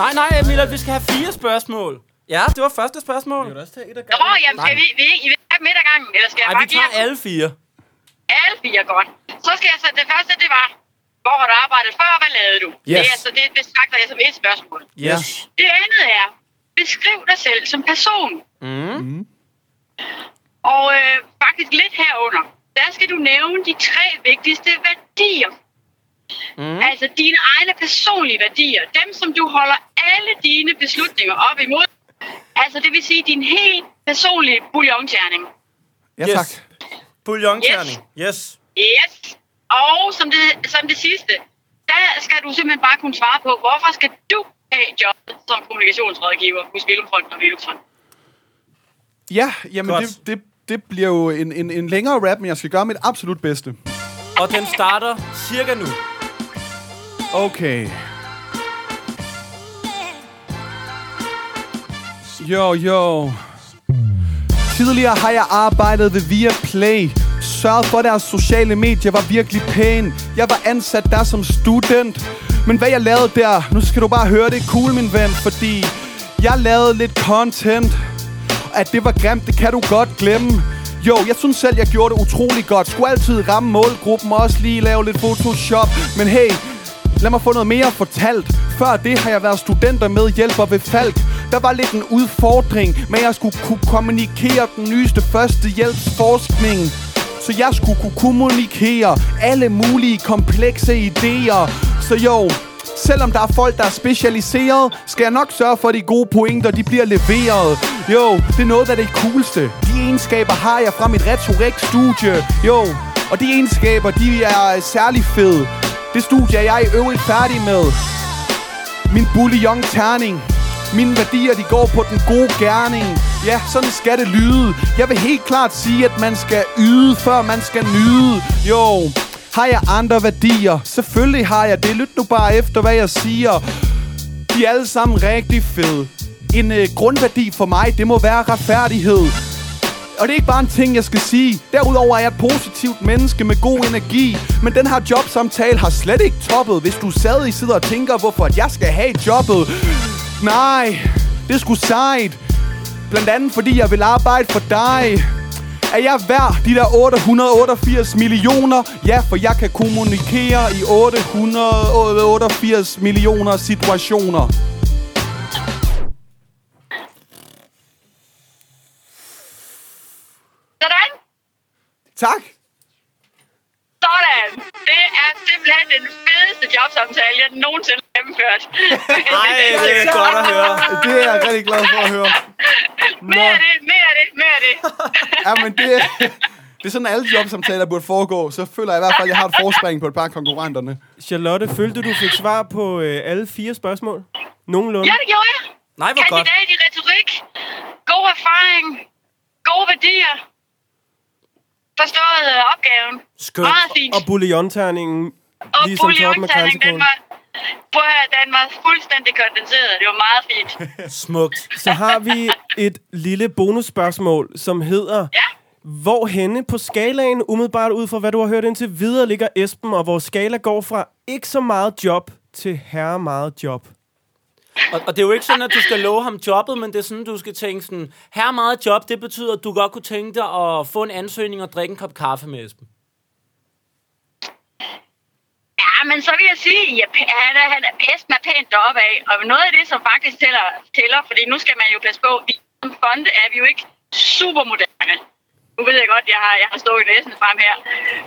Speaker 1: Nej, nej, Miller, vi skal have fire spørgsmål. Ja, det var første spørgsmål.
Speaker 3: Kan du også tage et af
Speaker 8: Nå,
Speaker 3: gangen?
Speaker 8: jamen, skal vi, vi, I vil have dem et ad gangen, eller skal jeg
Speaker 1: Ej,
Speaker 8: bare
Speaker 1: vi tager
Speaker 8: give jer
Speaker 1: alle fire.
Speaker 8: alle fire godt? Så skal jeg så, det første, det var, hvor har du arbejdet før, og hvad lavede du? Det
Speaker 1: Yes.
Speaker 8: er altså, det betragter jeg som et spørgsmål.
Speaker 1: Yes.
Speaker 8: Det andet er, beskriv dig selv som person.
Speaker 1: Mm.
Speaker 8: Og øh, faktisk lidt herunder, der skal du nævne de tre vigtigste værdier. Mm. Altså dine egne personlige værdier. Dem, som du holder alle dine beslutninger op imod. Altså det vil sige din helt personlige bouillonterning.
Speaker 2: Ja,
Speaker 1: Yes.
Speaker 2: yes. tak.
Speaker 1: Bouillonterning. Yes.
Speaker 8: Yes. Og som det, som det sidste, der skal du simpelthen bare kunne svare på, hvorfor skal du have jobbet som kommunikationsrådgiver hos Vilumfond og Vilumfond?
Speaker 2: Ja, jamen
Speaker 1: Godt.
Speaker 2: det, det, det bliver jo en, en, en længere rap, men jeg skal gøre mit absolut bedste.
Speaker 1: Og den starter cirka nu.
Speaker 2: Okay. Jo, jo. Tidligere har jeg arbejdet ved Viaplay. Sørget for, at deres sociale medier var virkelig pæn. Jeg var ansat der som student. Men hvad jeg lavede der, nu skal du bare høre det er cool, min ven, fordi jeg lavede lidt content. At det var grimt, det kan du godt glemme. Jo, jeg synes selv, jeg gjorde det utrolig godt. Skulle altid ramme målgruppen og også lige lave lidt Photoshop. Men hey, Lad mig få noget mere fortalt. Før det har jeg været studenter med hjælper ved Falk. Der var lidt en udfordring, men jeg skulle kunne kommunikere den nyeste førstehjælpsforskning. Så jeg skulle kunne kommunikere alle mulige komplekse idéer. Så jo, selvom der er folk, der er specialiseret, skal jeg nok sørge for, at de gode pointer de bliver leveret. Jo, det er noget af det coolste. De egenskaber har jeg fra mit retorik-studie. Jo, og de egenskaber, de er særlig fede. Det studie er jeg i øvrigt færdig med. Min bouillon-terning. Mine værdier, de går på den gode gerning. Ja, sådan skal det lyde. Jeg vil helt klart sige, at man skal yde, før man skal nyde. Jo, har jeg andre værdier? Selvfølgelig har jeg det. Lyt nu bare efter, hvad jeg siger. De er alle sammen rigtig fede. En øh, grundværdi for mig, det må være retfærdighed. Og det er ikke bare en ting, jeg skal sige. Derudover er jeg et positivt menneske med god energi. Men den her jobsamtale har slet ikke toppet, hvis du stadig sidder og tænker, hvorfor at jeg skal have jobbet. Nej, det skulle sejt. Blandt andet fordi jeg vil arbejde for dig. Er jeg værd de der 888 millioner? Ja, for jeg kan kommunikere i 888 millioner situationer.
Speaker 8: Sådan.
Speaker 2: Tak.
Speaker 8: Sådan! Det er simpelthen den fedeste jobsamtale, jeg nogensinde har gennemført.
Speaker 1: Ej, det er godt at høre.
Speaker 2: Det er jeg rigtig glad for at høre.
Speaker 8: mere af det, mere af det, mere af det.
Speaker 2: Ja, men det, det er sådan, alle jobsamtaler burde foregå. Så føler jeg i hvert fald, at jeg har et forspring på et par af konkurrenterne.
Speaker 3: Charlotte, følte du fik svar på øh, alle fire spørgsmål? Nogenlunde?
Speaker 8: ja, det gjorde jeg.
Speaker 1: Nej, hvor godt.
Speaker 8: Kandidat i retorik. God erfaring. Gode værdier. Forstået øh, opgaven.
Speaker 1: Skønt.
Speaker 8: Meget fint.
Speaker 3: Og bouillonterningen,
Speaker 8: Og
Speaker 3: ligesom toppen af
Speaker 8: bouillonterning, den
Speaker 3: kransekålen.
Speaker 8: var... Prøv at høre, den var fuldstændig kondenseret. Det var meget fint.
Speaker 1: Smukt.
Speaker 3: Så har vi et lille bonusspørgsmål, som hedder...
Speaker 8: Ja.
Speaker 3: Hvor henne på skalaen, umiddelbart ud fra hvad du har hørt indtil videre, ligger Esben, og vores skala går fra ikke så meget job til herre meget job.
Speaker 1: Og, og det er jo ikke sådan, at du skal love ham jobbet, men det er sådan, du skal tænke sådan, her er meget job, det betyder, at du godt kunne tænke dig at få en ansøgning og drikke en kop kaffe med Esben.
Speaker 8: Ja, men så vil jeg sige, at han er, han er, Esben er pænt deroppe af. Og noget af det, som faktisk tæller, tæller fordi nu skal man jo passe på, vi som fonde er vi jo ikke super moderne. Nu ved jeg godt, jeg har, jeg har stået næsen frem her.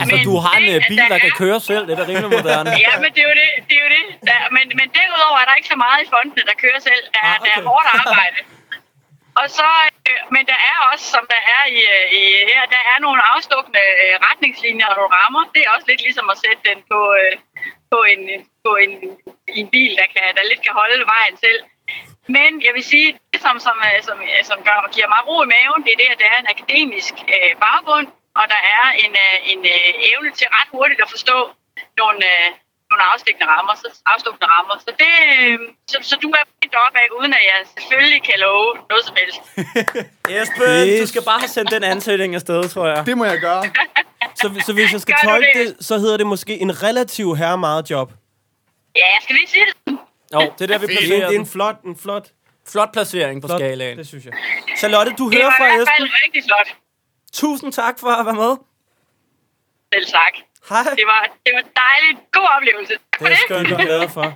Speaker 1: Altså, men du har en
Speaker 8: det,
Speaker 1: øh,
Speaker 8: at
Speaker 1: bil, der kan
Speaker 8: er-
Speaker 1: køre selv, det er da rimelig moderne.
Speaker 8: Ja, men det er jo det. det, er jo det. Der, men, men derudover er der ikke så meget i fondene, der kører selv. Der,
Speaker 1: Ah,
Speaker 8: ah,
Speaker 1: okay.
Speaker 8: okay. der er hårdt arbejde. Og så, øh, men der er også, som der er i, øh, i her, der er nogle afstukkende øh, retningslinjer og nogle rammer. Det er også lidt ligesom at sætte den på, øh, på, en, på en, i en bil, der, kan, der lidt kan holde vejen selv. Men jeg vil sige, det som, som, øh, som, øh, som gør, giver mig ro i maven, det er det, at der er en akademisk øh, baggrund, og der er en, øh, en øh, evne til ret hurtigt at forstå nogle, øh, nogle afstikkende rammer, så, afstukkende rammer. Så, det, øh, så, så du er pænt op af, uden at jeg selvfølgelig kan love noget som helst.
Speaker 1: Esben, du skal bare have sendt den ansøgning afsted, tror jeg.
Speaker 2: Det må jeg gøre.
Speaker 3: Så, så hvis jeg skal
Speaker 8: Gør du
Speaker 3: tolke
Speaker 8: det?
Speaker 3: det, så hedder det måske en relativ herre meget job.
Speaker 8: Ja, jeg skal lige sige det.
Speaker 1: Jo, det er der, vi
Speaker 3: Det er
Speaker 1: placerer
Speaker 3: en
Speaker 1: den.
Speaker 3: flot, en flot,
Speaker 1: Flot placering på
Speaker 3: flot
Speaker 1: skalaen.
Speaker 3: det synes jeg.
Speaker 1: Charlotte, du
Speaker 8: Det
Speaker 1: hører
Speaker 8: var i
Speaker 1: fra
Speaker 8: hvert fald
Speaker 1: Esben.
Speaker 8: rigtig flot.
Speaker 1: Tusind tak for at være med.
Speaker 8: Selv tak.
Speaker 1: Hej.
Speaker 8: Det var, det var dejligt. God oplevelse. Tak for
Speaker 3: Det er
Speaker 8: det.
Speaker 3: skønt og glad for.
Speaker 8: Ja,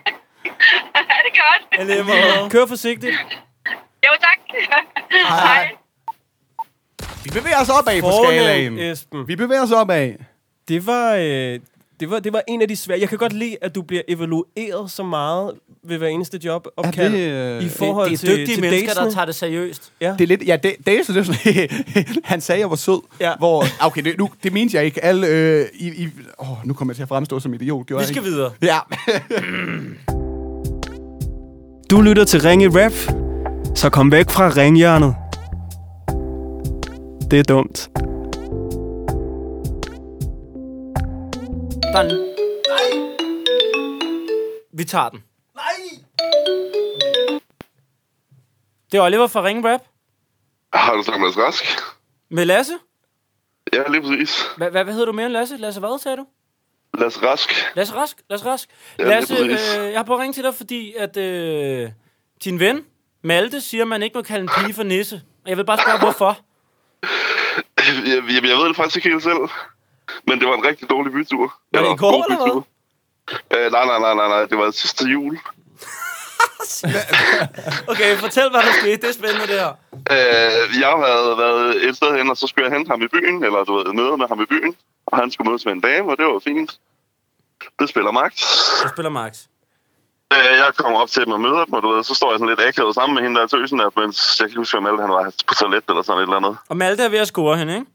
Speaker 8: det er godt.
Speaker 3: Kør forsigtigt.
Speaker 8: Jo, tak. Hej.
Speaker 2: Vi bevæger os opad på skalaen.
Speaker 3: Fornemt, Esben.
Speaker 2: Vi bevæger os opad.
Speaker 3: Det var, øh, det, var, det var en af de svære. Jeg kan godt lide, at du bliver evalueret så meget ved hver eneste job opkald,
Speaker 2: det, øh,
Speaker 3: i forhold
Speaker 1: det, det er
Speaker 3: til,
Speaker 1: dygtige
Speaker 3: til
Speaker 1: mennesker, der
Speaker 3: datesene.
Speaker 1: tager det seriøst.
Speaker 2: Det er lidt, ja, det, det er sådan, det er sådan han sagde, jeg var sød.
Speaker 3: Ja.
Speaker 2: Hvor, Ah, okay, det, nu, det mente jeg ikke. Alle, øh, I, I, åh, nu kommer jeg til at fremstå som idiot, gjorde
Speaker 1: Vi skal
Speaker 2: jeg
Speaker 1: videre.
Speaker 2: ikke? Ja.
Speaker 3: Du lytter til Ringe Rap, så kom væk fra ringhjørnet. Det er dumt.
Speaker 1: Der er en... Vi tager den. Nej! Det er Oliver fra Ring Rap
Speaker 9: Har du snakket med Mads Rask?
Speaker 1: med Lasse.
Speaker 9: Ja, lige præcis.
Speaker 1: Hva, hva, hvad hedder du mere end Lasse? Lasse hvad, sagde du?
Speaker 9: Lars Rask.
Speaker 1: Lasse Rask? Lasse Rask?
Speaker 9: Ja,
Speaker 1: Lasse,
Speaker 9: lige
Speaker 1: øh,
Speaker 9: præcis.
Speaker 1: jeg har prøvet at ringe til dig, fordi at øh, din ven, Malte, siger, at man ikke må kalde en pige for nisse. Og jeg vil bare spørge, hvorfor?
Speaker 9: Jeg, jeg, jeg ved det faktisk ikke helt selv. Men det var en rigtig dårlig bytur.
Speaker 1: Var det i
Speaker 9: Eller
Speaker 1: går,
Speaker 9: god
Speaker 1: eller hvad?
Speaker 9: bytur. Øh, nej, nej, nej, nej, nej. Det var sidste jul.
Speaker 1: Okay, fortæl, hvad der skete. Det er spændende, det her.
Speaker 9: Øh, jeg havde været et sted hen, og så skulle jeg hente ham i byen, eller du ved, møde med ham i byen. Og han skulle mødes med en dame, og det var fint. Det spiller magt.
Speaker 1: Jeg spiller Max.
Speaker 9: Øh, jeg kommer op til dem og møder dem, og du ved, så står jeg sådan lidt akavet sammen med hende der tøsen der, mens jeg kan ikke huske, om Malte han var på toilet eller sådan et eller andet.
Speaker 1: Og Malte er ved at score hende, ikke?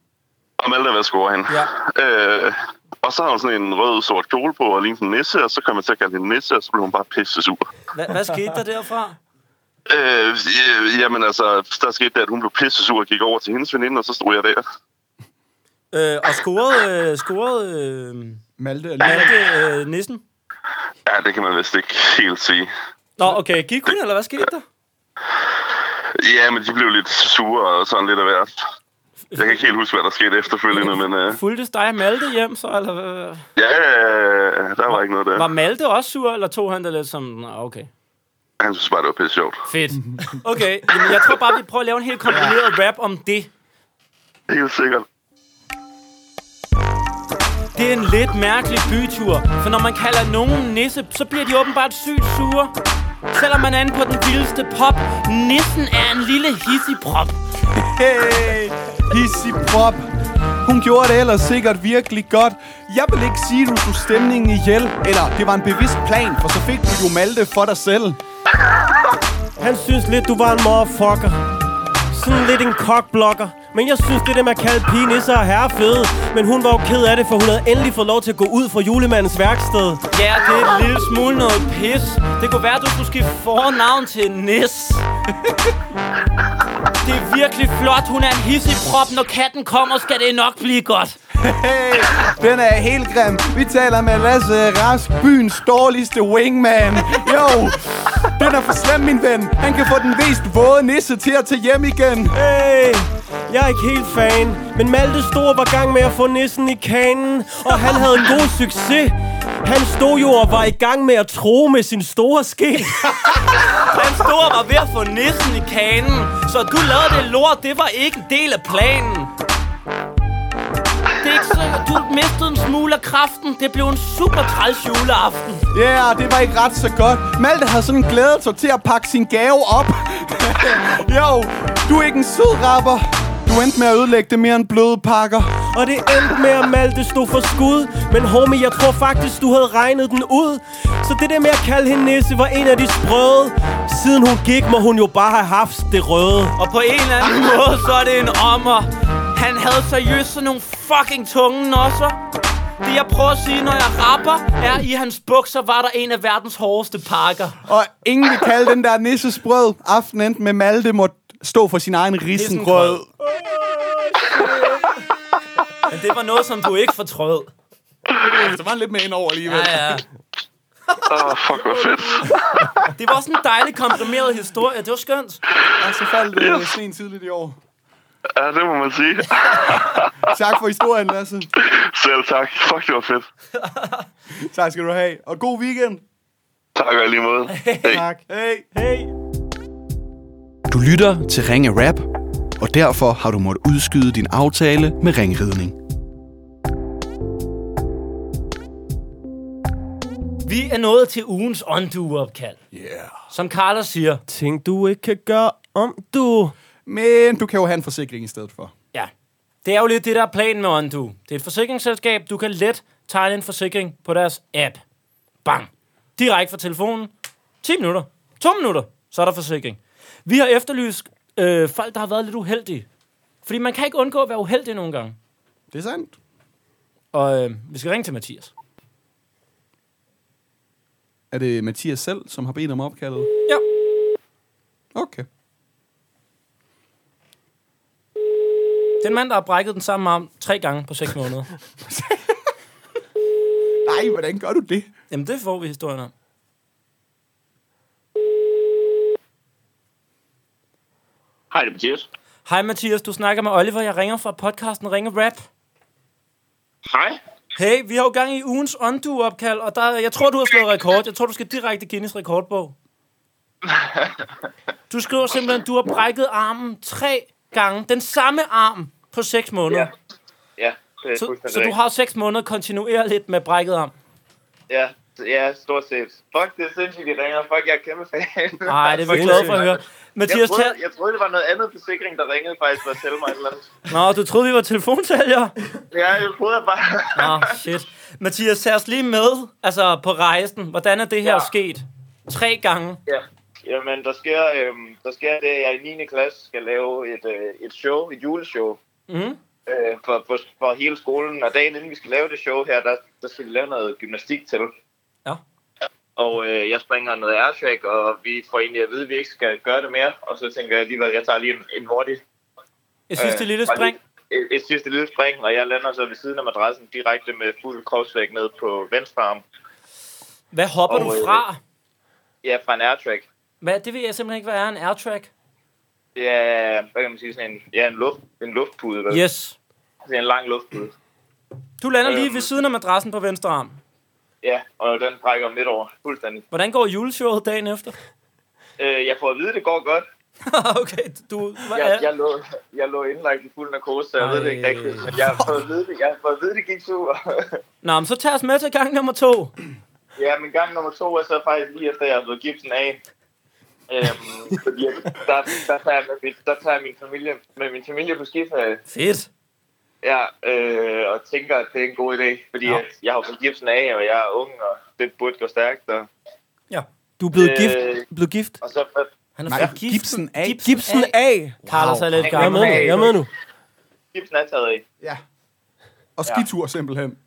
Speaker 9: Og Malte er ved at score hende.
Speaker 1: Ja.
Speaker 9: Øh, og så har hun sådan en rød-sort kjole på og lignede en nisse, og så kom jeg til at kalde hende nisse, og så blev hun bare pisse sur.
Speaker 1: Hva, hvad skete der derfra?
Speaker 9: Øh, øh, jamen altså, der skete det, at hun blev pisse sur og gik over til hendes veninde, og så stod jeg der.
Speaker 1: Øh, og scorede, øh, scorede øh,
Speaker 2: Malte er lige...
Speaker 1: Malte øh, nissen?
Speaker 9: Ja, det kan man vist ikke helt sige.
Speaker 1: Nå, okay. Gik hun, eller hvad skete der?
Speaker 9: Ja, men de blev lidt sure og sådan lidt af hvert. Jeg kan ikke helt huske, hvad der skete efterfølgende, men øh,
Speaker 1: Fulgtes dig og Malte hjem, så? Eller, hvad?
Speaker 9: ja, øh, der var ikke noget
Speaker 1: var
Speaker 9: der.
Speaker 1: Malte også sur, eller tog han det lidt som... Nå, okay.
Speaker 9: Han synes bare, det var pisse sjovt.
Speaker 1: Fedt. Okay, jamen, jeg tror bare, vi prøver at lave en helt kombineret rap om det.
Speaker 9: Helt sikkert.
Speaker 1: Det er en lidt mærkelig bytur, for når man kalder nogen nisse, så bliver de åbenbart sygt sure. Selvom man er inde på den vildeste pop, nissen er en lille hissig prop.
Speaker 2: Hey, hissig prop. Hun gjorde det ellers sikkert virkelig godt. Jeg vil ikke sige, at du tog stemningen ihjel. Eller, det var en bevidst plan, for så fik du jo Malte for dig selv.
Speaker 3: Han synes lidt, du var en motherfucker. Sådan lidt en cockblocker. Men jeg synes, det der med at kalde pige nisser og herre fede. Men hun var jo ked af det, for hun havde endelig fået lov til at gå ud fra julemandens værksted.
Speaker 1: Ja, det er et lille smule noget pis. Det kunne være, du skulle skifte fornavn til Nis. Det er virkelig flot. Hun er en hissig prop. Når katten kommer, skal det nok blive godt.
Speaker 2: Hey, den er helt grim. Vi taler med Lasse Rask, byens dårligste wingman. Jo, den er for slem, min ven. Han kan få den mest våde nisse til at tage hjem igen.
Speaker 3: Hey, jeg er ikke helt fan, men Malte Stor var gang med at få nissen i kanen, og han havde en god succes. Han stod jo og var i gang med at tro med sin store ske.
Speaker 1: Han stod og var ved at få nissen i kanen, så du lavede det lort, det var ikke en del af planen. Det er ikke så, du mistede en smule af kraften. Det blev en super træls juleaften.
Speaker 2: Ja, yeah, det var ikke ret så godt. Malte havde sådan glædet sig til at pakke sin gave op. jo, du er ikke en sød rapper. Du endte med at ødelægge det mere end bløde pakker.
Speaker 3: Og det endte med, at Malte stod for skud. Men homie, jeg tror faktisk, du havde regnet den ud. Så det der med at kalde hende Nisse var en af de sprøde. Siden hun gik, må hun jo bare have haft det røde.
Speaker 1: Og på en eller anden måde, så er det en ommer. Han havde seriøst sådan nogle fucking tunge nosser. Det jeg prøver at sige, når jeg rapper, er, at i hans bukser var der en af verdens hårdeste pakker.
Speaker 2: Og ingen vil kalde den der nisse sprød. Aften endte med Malte måtte stå for sin egen risengrød.
Speaker 1: Men det var noget, som du ikke fortrød.
Speaker 2: Så var han lidt med ind over alligevel.
Speaker 1: Ja, ja.
Speaker 7: Åh, oh, fuck, hvor fedt.
Speaker 1: Det var også en dejlig komprimeret historie. Det var skønt.
Speaker 2: Og så faldt det yes. sneen tidligt i år.
Speaker 7: Ja, det må man sige.
Speaker 2: Tak for historien, Lasse.
Speaker 7: Selv tak. Fuck, det var fedt.
Speaker 2: Tak skal du have. Og god weekend.
Speaker 7: Tak og i lige måde. Hey.
Speaker 2: Tak. Hej.
Speaker 3: Hey.
Speaker 2: Du lytter til Ringe Rap, og derfor har du måttet udskyde din aftale med ringridning.
Speaker 1: Vi er nået til ugens undo-opkald.
Speaker 2: Yeah.
Speaker 1: Som Carlos siger.
Speaker 3: Ting, du ikke kan gøre om, du.
Speaker 2: Men du kan jo have en forsikring i stedet for.
Speaker 1: Ja. Det er jo lidt det, der er planen med Undo. Det er et forsikringsselskab. Du kan let tegne en forsikring på deres app. Bang. Direkte fra telefonen. 10 minutter. 2 minutter. Så er der forsikring. Vi har efterlyst øh, folk, der har været lidt uheldige. Fordi man kan ikke undgå at være uheldig nogle gange.
Speaker 2: Det er sandt.
Speaker 1: Og øh, vi skal ringe til Mathias.
Speaker 2: Er det Mathias selv, som har bedt om opkaldet?
Speaker 1: Ja.
Speaker 2: Okay.
Speaker 1: Det er en mand, der har brækket den samme arm tre gange på 6 måneder.
Speaker 2: Nej, hvordan gør du det?
Speaker 1: Jamen, det får vi historien om.
Speaker 10: Hej, det er Mathias.
Speaker 1: Hej Mathias, du snakker med Oliver. Jeg ringer fra podcasten Ringe Rap.
Speaker 10: Hej.
Speaker 1: Hey, vi har jo gang i ugens undo-opkald, og der, jeg tror, du har slået rekord. Jeg tror, du skal direkte i Guinness rekordbog. Du skriver simpelthen, at du har brækket armen tre gange. Den samme arm på 6 måneder.
Speaker 10: Ja, ja det er
Speaker 1: Så,
Speaker 10: fuldstændig
Speaker 1: så du
Speaker 10: rigtigt.
Speaker 1: har 6 måneder kontinuerligt med brækket arm.
Speaker 10: Ja, ja, stort set. Fuck, det er sindssygt, de ringer. Fuck, jeg er kæmpe fan.
Speaker 1: Nej, det er vi glade for at høre.
Speaker 10: Jeg
Speaker 1: Mathias,
Speaker 10: troede,
Speaker 1: tag...
Speaker 10: jeg troede, det var noget andet forsikring, der ringede faktisk for at sælge mig et eller andet.
Speaker 1: Nå, du troede, vi var telefonsælgere?
Speaker 10: Ja, jeg troede bare...
Speaker 1: Nå, shit. Mathias, tag os lige med altså på rejsen. Hvordan er det her
Speaker 10: Ja.
Speaker 1: sket? Tre gange.
Speaker 10: Ja. Jamen, der sker, øhm, der sker det, at jeg i 9. klasse skal lave et, øh, et show, et juleshow.
Speaker 1: Mhm.
Speaker 10: Øh, for, for, for hele skolen. Og dagen inden vi skal lave det show her, der, der skal vi lave noget gymnastik til.
Speaker 1: Ja.
Speaker 10: Og øh, jeg springer noget airtrack, og vi får egentlig at vide, at vi ikke skal gøre det mere. Og så tænker jeg alligevel, at jeg tager lige en, en hurtig
Speaker 1: Jeg synes, det er lille
Speaker 10: Øh, bare
Speaker 1: spring.
Speaker 10: lige Et, et sidste lille spring, og jeg lander så ved siden af madrassen direkte med fuld kropsvægt ned på venstre arm.
Speaker 1: Hvad hopper
Speaker 10: Og,
Speaker 1: du
Speaker 10: øh,
Speaker 1: fra?
Speaker 10: Ja, fra en airtrack.
Speaker 1: Hvad, det ved jeg simpelthen ikke, hvad er en airtrack.
Speaker 10: Det er, hvad kan man sige, sådan en, ja, en, luft, en luftpude, vel?
Speaker 1: Yes.
Speaker 10: Det er en lang luftpude.
Speaker 1: Du lander lige
Speaker 10: Øhm.
Speaker 1: ved siden af madrassen på venstre arm.
Speaker 10: Ja, og den brækker midt over fuldstændig.
Speaker 1: Hvordan går juleshowet dagen efter?
Speaker 10: Øh, jeg får at vide, det går godt.
Speaker 1: okay, du... Hvad
Speaker 10: Jeg,
Speaker 1: er?
Speaker 10: jeg, lå, jeg lå indlagt i fuld narkose, så jeg
Speaker 1: Ej.
Speaker 10: ved det ikke rigtigt. Men jeg har fået at vide, det, jeg har fået at vide, det gik super.
Speaker 1: Nå, men så tag os med til gang nummer to.
Speaker 10: Ja, men gang nummer to er så faktisk lige efter, jeg har fået gipsen af. Øhm, fordi at der, der, tager jeg med, mit- der tager jeg min familie, med min familie på skiferie
Speaker 1: Fedt.
Speaker 10: ja, øh, og tænker, at det er en god idé. Fordi
Speaker 1: Ja.
Speaker 10: ja. jeg har fået gipsen af, og jeg er ung, og det burde gå stærkt. Og,
Speaker 1: Ja.
Speaker 3: Du er blevet
Speaker 10: Øh.
Speaker 3: gift. Blevet gift.
Speaker 10: og så
Speaker 1: Han
Speaker 2: Nej,
Speaker 1: er fået
Speaker 2: gipsen af.
Speaker 3: Gipsen af.
Speaker 1: Carlos er lidt
Speaker 10: Wow.
Speaker 3: Jeg er
Speaker 1: gammel.
Speaker 3: med nu. Jeg er med nu.
Speaker 10: gipsen er taget af.
Speaker 2: Ja. Og skitur simpelthen.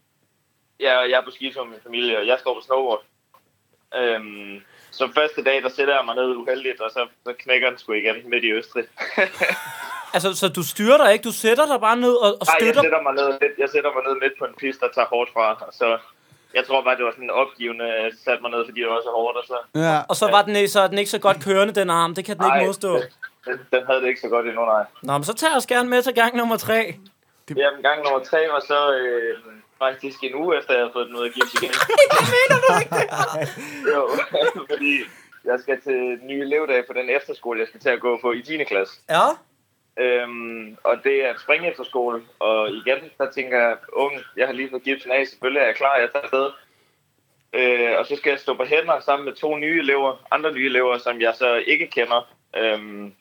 Speaker 10: Ja, og jeg er på skitur med min familie, og jeg står på snowboard. Øhm, så første dag, der sætter jeg mig ned uheldigt, og så, så knækker den sgu igen midt i Østrig.
Speaker 1: Altså, så du styrer dig ikke? Du sætter dig bare ned og, og
Speaker 10: Nej, jeg
Speaker 1: støtter?
Speaker 10: sætter mig ned, lidt, jeg sætter mig ned midt på en piste, der tager hårdt fra. Og så, jeg tror bare, det var sådan opgivende, at jeg satte mig ned, fordi det var så hårdt. Og så,
Speaker 2: Ja.
Speaker 1: Og så var den, ikke- så er den ikke så godt kørende, den arm. Det kan den
Speaker 10: Ej,
Speaker 1: ikke modstå.
Speaker 10: den, den- den, havde det ikke så godt endnu, nej.
Speaker 1: Nå, men så tag os gerne med til gang nummer tre.
Speaker 10: Jamen, gang nummer tre var så... Øh, faktisk en uge efter, jeg havde fået den ud af gips igen. Jo, fordi jeg skal til nye elevdag på den efterskole, jeg skal til at gå på i 10. klasse.
Speaker 11: Ja?
Speaker 10: Øhm, og det er en springefterskole, og igen, der tænker jeg, ung, jeg har lige fået gipsen af, selvfølgelig er jeg klar, jeg tager afsted. Øh, og så skal jeg stå på hænder sammen med to nye elever, andre nye elever, som jeg så ikke kender. Øhm,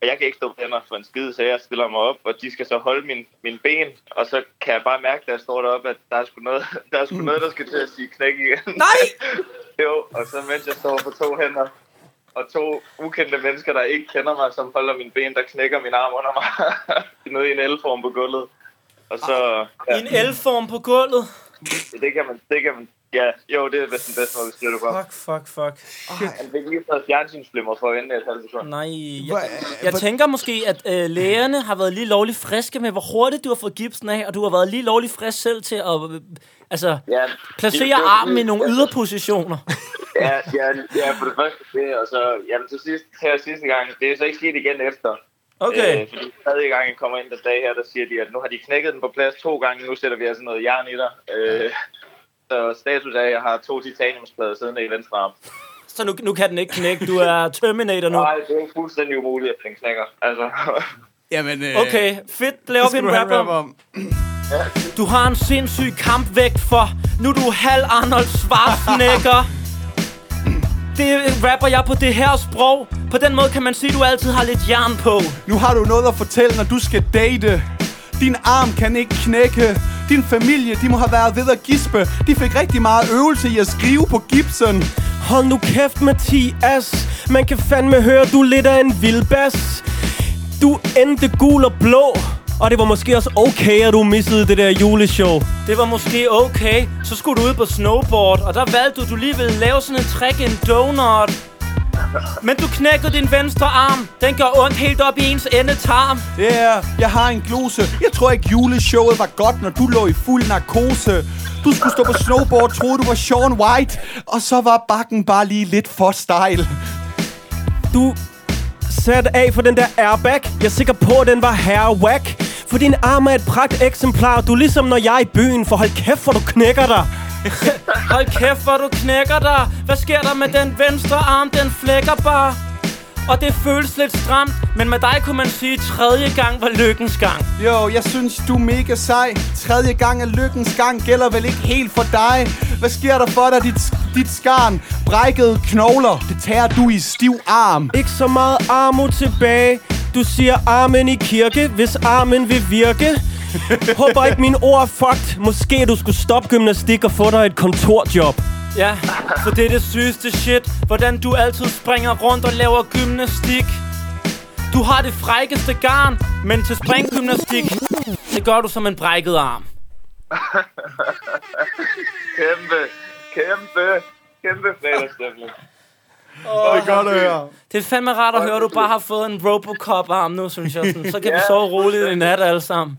Speaker 10: og jeg kan ikke stå på hænder for en skid, så jeg stiller mig op, og de skal så holde min, min ben, og så kan jeg bare mærke, da jeg står deroppe, at der er sgu noget, der, er sgu noget, der skal til at sige knæk igen.
Speaker 11: Nej!
Speaker 10: Jo, og så mens jeg står på to hænder, og to ukendte mennesker, der ikke kender mig, som holder mine ben, der knækker min arm under mig. Det er noget i en elform på gulvet. Og så... Ja,
Speaker 1: I en elform Ah. på gulvet.
Speaker 10: det kan man... Det kan man ja, jo, det er vist den bedste måde, at beskrive det på.
Speaker 1: Fuck, fuck, fuck.
Speaker 10: Han fik lige taget fjernsynsflimmer for at vente et halvt sekund.
Speaker 1: Nej,
Speaker 11: Hvor-
Speaker 1: jeg, jeg tænker måske, at øh, lægerne har været lige lovlig friske med, hvor hurtigt du har fået gipsen af, og du har været lige lovlig frisk selv til at øh, altså,
Speaker 10: Ja, det- det
Speaker 1: placere
Speaker 10: var
Speaker 1: armen
Speaker 10: fordi-
Speaker 1: i nogle
Speaker 10: ja,
Speaker 1: yderpositioner.
Speaker 10: Ja, ja, ja, for det første det, og så... Jamen, til sidst, her sidste gang, det er så ikke sket igen efter.
Speaker 1: Okay.
Speaker 10: Øh, fordi tredje gang, jeg kommer ind den dag her, der siger de, at nu har de knækket den på plads to gange, nu sætter vi altså noget jern i dig. Øh, så status er, at jeg har to titaniumsplader siddende i venstre arm.
Speaker 1: Så nu, nu kan den ikke knække. Du er Terminator nu.
Speaker 10: Nej, det er fuldstændig umuligt, at den knækker. Altså,
Speaker 2: Jamen, øh,
Speaker 1: Okay, fedt. Lav
Speaker 2: det
Speaker 1: op
Speaker 2: skal
Speaker 1: en
Speaker 2: du have en
Speaker 1: rapper.
Speaker 2: rap om.
Speaker 1: Du har en sindssyg kampvægt for Nu er du halv Arnold Schwarzenegger Det rapper jeg på det her sprog På den måde kan man sige, at du altid har lidt jern på
Speaker 2: Nu har du noget at fortælle, når du skal date. Din arm kan ikke knække. Din familie, de må have været ved at gispe. De fik rigtig meget øvelse i at skrive på gipsen.
Speaker 3: Hold nu kæft, Mathias. Man kan fandme høre, du er lidt af en vildbas. Du endte gul og blå. Og det var måske også okay, at du missede det der juleshow.
Speaker 1: Det var måske okay Så skulle du ud på snowboard Og der valgte du, at du lige ville lave sådan en trick en donut Men du knækkede din venstre arm Den gør ondt helt op i ens endetarm
Speaker 2: Ja, yeah, jeg har en glose. Jeg tror ikke, juleshowet var godt, når du lå i fuld narkose. Du skulle stå på snowboard, troede du var Sean White. Og så var bakken bare lige lidt for stejl.
Speaker 3: Du sat af for den der airbag. Jeg er sikker på, at den var herrewack. For din arm er et pragt eksemplar. Du er ligesom når jeg er i byen, for hold kæft, hvor du knækker dig.
Speaker 1: Hold kæft, hvor du knækker dig. Hvad sker der med den venstre arm? Den flækker bare. Og det føles lidt stramt, men med dig kunne man sige, tredje gang var lykkens gang.
Speaker 2: Jo, jeg synes, du er mega sej. Tredje gang af lykkens gang gælder vel ikke helt for dig. Hvad sker der for dig, dit, dit skarn? Brækkede knogler, det tager du i stiv arm.
Speaker 3: Ikke så meget armo tilbage. Du siger armen i kirke, hvis armen vil virke. Håber ikke mine ord er fucked. Måske du skulle stoppe gymnastik og få dig et kontorjob.
Speaker 1: Ja, for det er det sygeste shit. Hvordan du altid springer rundt og laver gymnastik. Du har det frækkeste garn, men til springgymnastik, det gør du som en brækket arm.
Speaker 10: kæmpe, kæmpe, kæmpe fredagsstemning.
Speaker 2: Det er godt at høre.
Speaker 1: Det er fandme rart at høre, at du bare har fået en Robocop-arm nu, synes jeg. Sådan. Så kan vi sove roligt i nat alle sammen.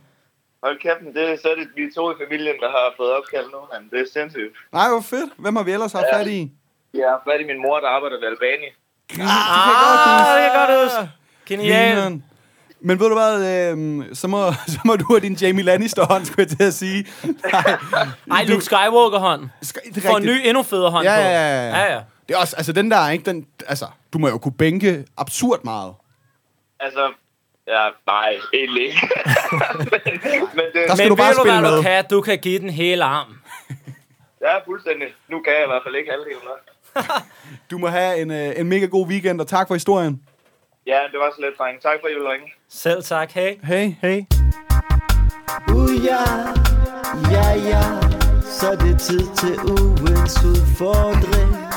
Speaker 10: Hold kæft, men det er så er det vi to i familien, der har fået opkaldt nu, mand. Det er sindssygt.
Speaker 2: Nej, hvor fedt. Hvem har vi ellers haft fat i?
Speaker 10: Jeg har fat i min mor, der arbejder ved Albani.
Speaker 2: Det kan jeg godt huske.
Speaker 1: Ah, det kan jeg godt huske. Genialt.
Speaker 2: Grineren. Men ved du hvad, øh, så, må, så må du have din Jamie Lannister-hånd, skulle jeg til at sige. Nej,
Speaker 1: Ej, Luke Skywalker-hånd.
Speaker 2: sk- det er
Speaker 1: Får en ny,
Speaker 2: rigtigt.
Speaker 1: endnu federe hånd
Speaker 2: Ja,
Speaker 1: på.
Speaker 2: ja, ja, ja.
Speaker 1: ja, ja.
Speaker 2: Det er også, altså den der, ikke? Den, altså, du må jo kunne bænke absurd meget.
Speaker 10: Altså, ja, nej, egentlig ikke. men, men
Speaker 2: Der
Speaker 10: det,
Speaker 2: skal
Speaker 1: Men
Speaker 2: du bare
Speaker 1: ved du,
Speaker 2: spille
Speaker 1: hvad du
Speaker 2: med.
Speaker 1: kan? Du kan give den hele arm.
Speaker 10: jeg er fuldstændig. Nu kan jeg i hvert fald ikke halvdelen nok.
Speaker 2: Du må have en, øh, en mega god weekend, og tak for historien.
Speaker 10: Ja, det var så lidt, drenge. Tak for, at I ville ringe.
Speaker 1: Selv tak, hey.
Speaker 2: Hey. Hey.
Speaker 6: Uh, ja, ja, ja, så det er tid til ugens udfordring.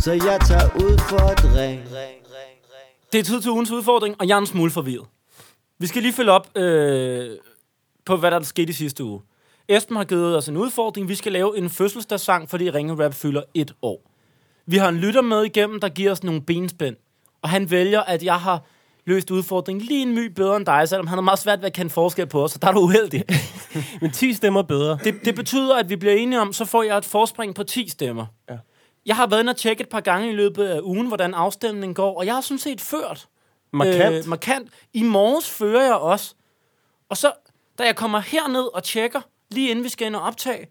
Speaker 6: Så jeg tager udfordring.
Speaker 1: Det er tid til ugens udfordring, og jeg er en smule forvirret. Vi skal lige følge op øh, på, hvad der skete i sidste uge. Esben har givet os en udfordring. Vi skal lave en fødselsdagssang, fordi Ringe Rap fylder et år. Vi har en lytter med igennem, der giver os nogle benspænd. Og han vælger, at jeg har løst udfordringen lige en my bedre end dig, selvom han har meget svært ved at kende forskel på os, så der er du uheldig.
Speaker 3: Men 10 stemmer bedre.
Speaker 1: Det, det betyder, at vi bliver enige om, så får jeg et forspring på 10 stemmer. Ja. Jeg har været inde og tjekke et par gange i løbet af ugen, hvordan afstemningen går, og jeg har sådan set ført.
Speaker 3: Markant.
Speaker 1: Øh, markant. I morges fører jeg også. Og så, da jeg kommer herned og tjekker, lige inden vi skal ind og optage,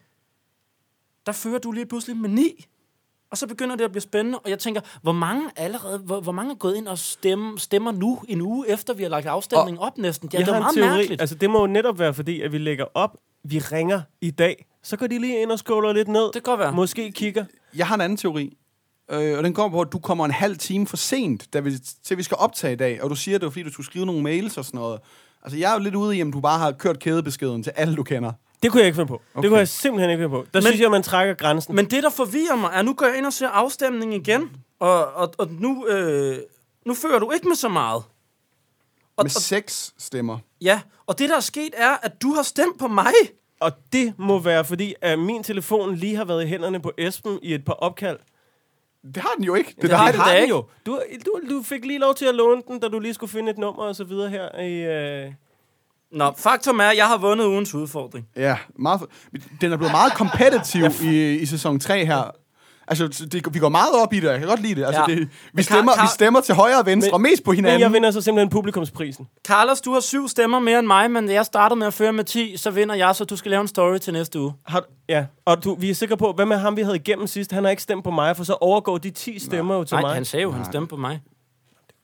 Speaker 1: der fører du lige pludselig med ni. Og så begynder det at blive spændende, og jeg tænker, hvor mange allerede, hvor, hvor mange er gået ind og stemme, stemmer nu, en uge efter vi har lagt afstemningen op næsten? Ja,
Speaker 3: jeg
Speaker 1: det er
Speaker 3: har
Speaker 1: meget
Speaker 3: en teori.
Speaker 1: mærkeligt.
Speaker 3: Altså, det må jo netop være fordi, at vi lægger op, vi ringer i dag. Så går de lige ind og scroller lidt ned.
Speaker 1: Det kan godt være.
Speaker 3: Måske kigger.
Speaker 2: Jeg har en anden teori, øh, og den går på, at du kommer en halv time for sent, da vi, til vi skal optage i dag, og du siger, at det var fordi, du skulle skrive nogle mails og sådan noget. Altså, jeg er jo lidt ude i, om du bare har kørt kædebeskeden til alle, du kender.
Speaker 3: Det kunne jeg ikke finde på. Okay.
Speaker 2: Okay.
Speaker 3: Det kunne jeg simpelthen ikke finde på. Der Men, synes jeg, man trækker grænsen.
Speaker 1: Men det, der forvirrer mig, er, nu går jeg ind og ser afstemningen igen, og, og, og nu, øh, nu fører du ikke med så meget. Og,
Speaker 2: Med
Speaker 1: og,
Speaker 2: seks stemmer.
Speaker 1: ja, og det, der er sket, er, at du har stemt på mig.
Speaker 3: Og det må være fordi, at min telefon lige har været i hænderne på Esben i et par opkald.
Speaker 2: Det har den jo ikke. Det,
Speaker 1: det har den da
Speaker 3: den
Speaker 1: ikke.
Speaker 3: jo. Du, du, du fik lige lov til at låne den, da du lige skulle finde et nummer og så videre her i... Øh...
Speaker 1: Nå, faktum er, at jeg har vundet ugens udfordring.
Speaker 2: Ja, meget, den er blevet meget kompetitiv i, i sæson 3 her. Altså, det, vi går meget op i det, og jeg kan godt lide det. Altså,
Speaker 1: Ja.
Speaker 2: ja. det vi,
Speaker 1: Men Kar-
Speaker 2: stemmer,
Speaker 1: Kar-
Speaker 2: vi stemmer til højre og venstre, men, mest på
Speaker 3: Men
Speaker 2: hinanden.
Speaker 3: jeg vinder så simpelthen publikumsprisen.
Speaker 1: Carlos, du har syv stemmer mere end mig, men jeg startede med at føre med 10, så vinder jeg, så du skal lave en story til næste uge.
Speaker 3: Har, du- ja, og du, vi er sikre på, hvad med ham, vi havde igennem sidst? Han har ikke stemt på mig, for så overgår de 10 stemmer jo til
Speaker 1: Nej,
Speaker 3: mig.
Speaker 1: han sagde jo, han stemte på mig.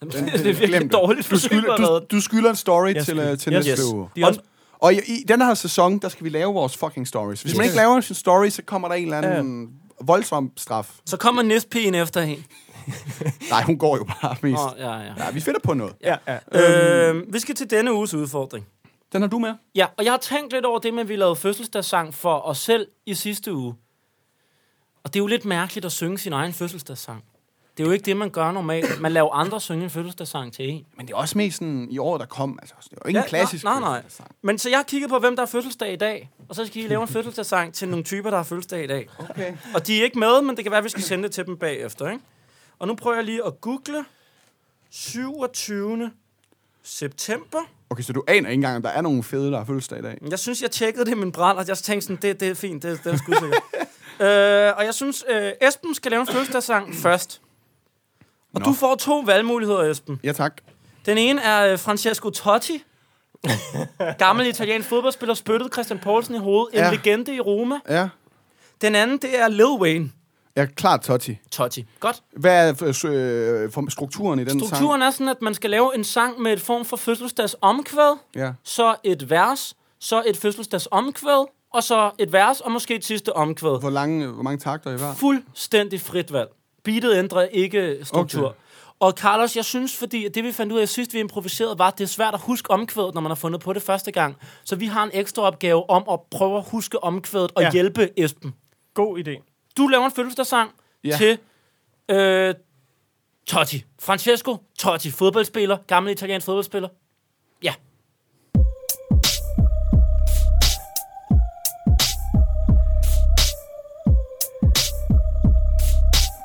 Speaker 1: det er
Speaker 2: Glem
Speaker 1: virkelig
Speaker 2: det.
Speaker 1: dårligt
Speaker 2: Du
Speaker 1: forsøg, du
Speaker 2: skylder,
Speaker 1: har lavet.
Speaker 2: du, du skylder en story
Speaker 3: Jeg
Speaker 2: til,
Speaker 3: skylder-
Speaker 2: øh, til
Speaker 3: Yes.
Speaker 2: næste
Speaker 1: Yes.
Speaker 2: uge.
Speaker 3: De er også,
Speaker 2: Og i, i den her sæson, der skal vi lave vores fucking stories. Hvis man ikke laver sin story, så kommer der en eller anden voldsom straf.
Speaker 1: Så kommer næstpigen efter en.
Speaker 2: Nej, hun går jo bare mest.
Speaker 1: Åh, ja, ja.
Speaker 2: Ja, vi finder på noget.
Speaker 3: ja, ja.
Speaker 1: Øh, vi skal til denne uges udfordring.
Speaker 2: Den har du med.
Speaker 1: Ja, og jeg har tænkt lidt over det med, at vi lavede fødselsdagssang for os selv i sidste uge. Og det er jo lidt mærkeligt at synge sin egen fødselsdagssang. Det er jo ikke det, man gør normalt. Man laver andre synge en fødselsdagssang til en.
Speaker 2: Men det er også mest sådan i år, der kom. Altså, det er jo ikke en klassisk
Speaker 1: nej, nej, nej.
Speaker 2: fødselsdagssang.
Speaker 1: Men så jeg har kigget på, hvem der har fødselsdag i dag. Og så skal I lave en fødselsdagssang til nogle typer, der har fødselsdag i dag.
Speaker 2: Okay.
Speaker 1: Og de er ikke med, men det kan være, at vi skal sende det til dem bagefter. Ikke? Og nu prøver jeg lige at google 27. september.
Speaker 2: okay, så du aner ikke engang, om der er nogen fede, der har fødselsdag i dag.
Speaker 1: Jeg synes, jeg tjekkede det i min brand, og jeg tænkte sådan, det, det er fint, det, det er sgu sikkert. øh, og jeg synes, øh, Esben skal lave en fødselsdagssang først. Og
Speaker 2: Mm. Nå.
Speaker 1: du får to valgmuligheder, Esben.
Speaker 2: Ja, tak.
Speaker 1: Den ene er øh, Francesco Totti. Gammel italiensk fodboldspiller, spyttede Christian Poulsen i hovedet. En
Speaker 2: Ja.
Speaker 1: legende i Roma.
Speaker 2: Ja.
Speaker 1: Den anden, det er Lil Wayne.
Speaker 2: Jeg er klart Totti.
Speaker 1: Totti. Godt.
Speaker 2: Hvad er øh, for strukturen i den
Speaker 1: Strukturen er sådan, at man skal lave en sang med et form for fødselsdags omkvæd,
Speaker 2: sang? Ja.
Speaker 1: så et vers, så et fødselsdags omkvæd, og så et vers, og måske et sidste omkvæd.
Speaker 2: Hvor, lange, hvor mange takter er i hver?
Speaker 1: Fuldstændig frit valg. Beatet ændrer ikke struktur. Okay.
Speaker 2: Okay.
Speaker 1: Og Carlos, jeg synes, fordi at det vi fandt ud af sidst, vi improviserede, var, at det er svært at huske omkvædet, når man har fundet på det første gang. Så vi har en ekstra opgave om at prøve at huske omkvædet og ja.
Speaker 3: Ja.
Speaker 1: hjælpe Esben.
Speaker 3: God idé.
Speaker 1: Du laver en fødselsdagssang ja.
Speaker 2: Ja.
Speaker 1: til øh, Totti. Francesco Totti, fodboldspiller, gammel italiensk fodboldspiller. Ja.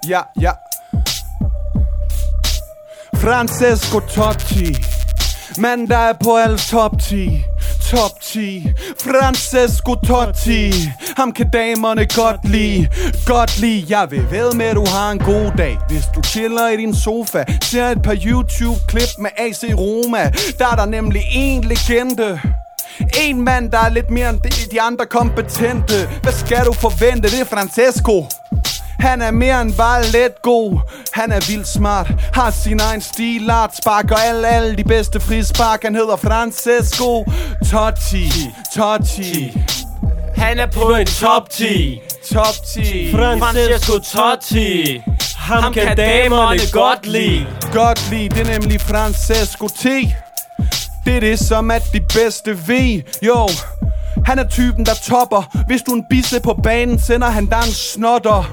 Speaker 2: Ja, ja. Francesco Totti. Mandag på alle top 10. Top 10. Francesco Totti. Ham kan damerne godt lide. Godt lide. Jeg vil ved med, at du har en god dag. Hvis du chiller i din sofa, ser et par YouTube-klip med AC Roma. Der er der nemlig en legende. En mand, der er lidt mere end de, de andre kompetente Hvad skal du forvente? Det er Francesco han er mere end bare let god Han er vildt smart Har sin egen stilart Sparker alle, alle de bedste frispark Han hedder Francesco Totti Totti
Speaker 1: Han er på en top 10.
Speaker 2: Top 10
Speaker 1: Francesco
Speaker 3: Francesco
Speaker 1: Totti.
Speaker 3: Totti. Ham,
Speaker 1: Ham
Speaker 3: kan,
Speaker 1: kan
Speaker 3: damerne
Speaker 1: damerne
Speaker 3: godt
Speaker 1: godt
Speaker 3: lide.
Speaker 2: Godt lide, det er nemlig Francesco T Det er det som er de bedste ved Jo Han er typen der topper Hvis du er en bisse på banen sender han dig en snotter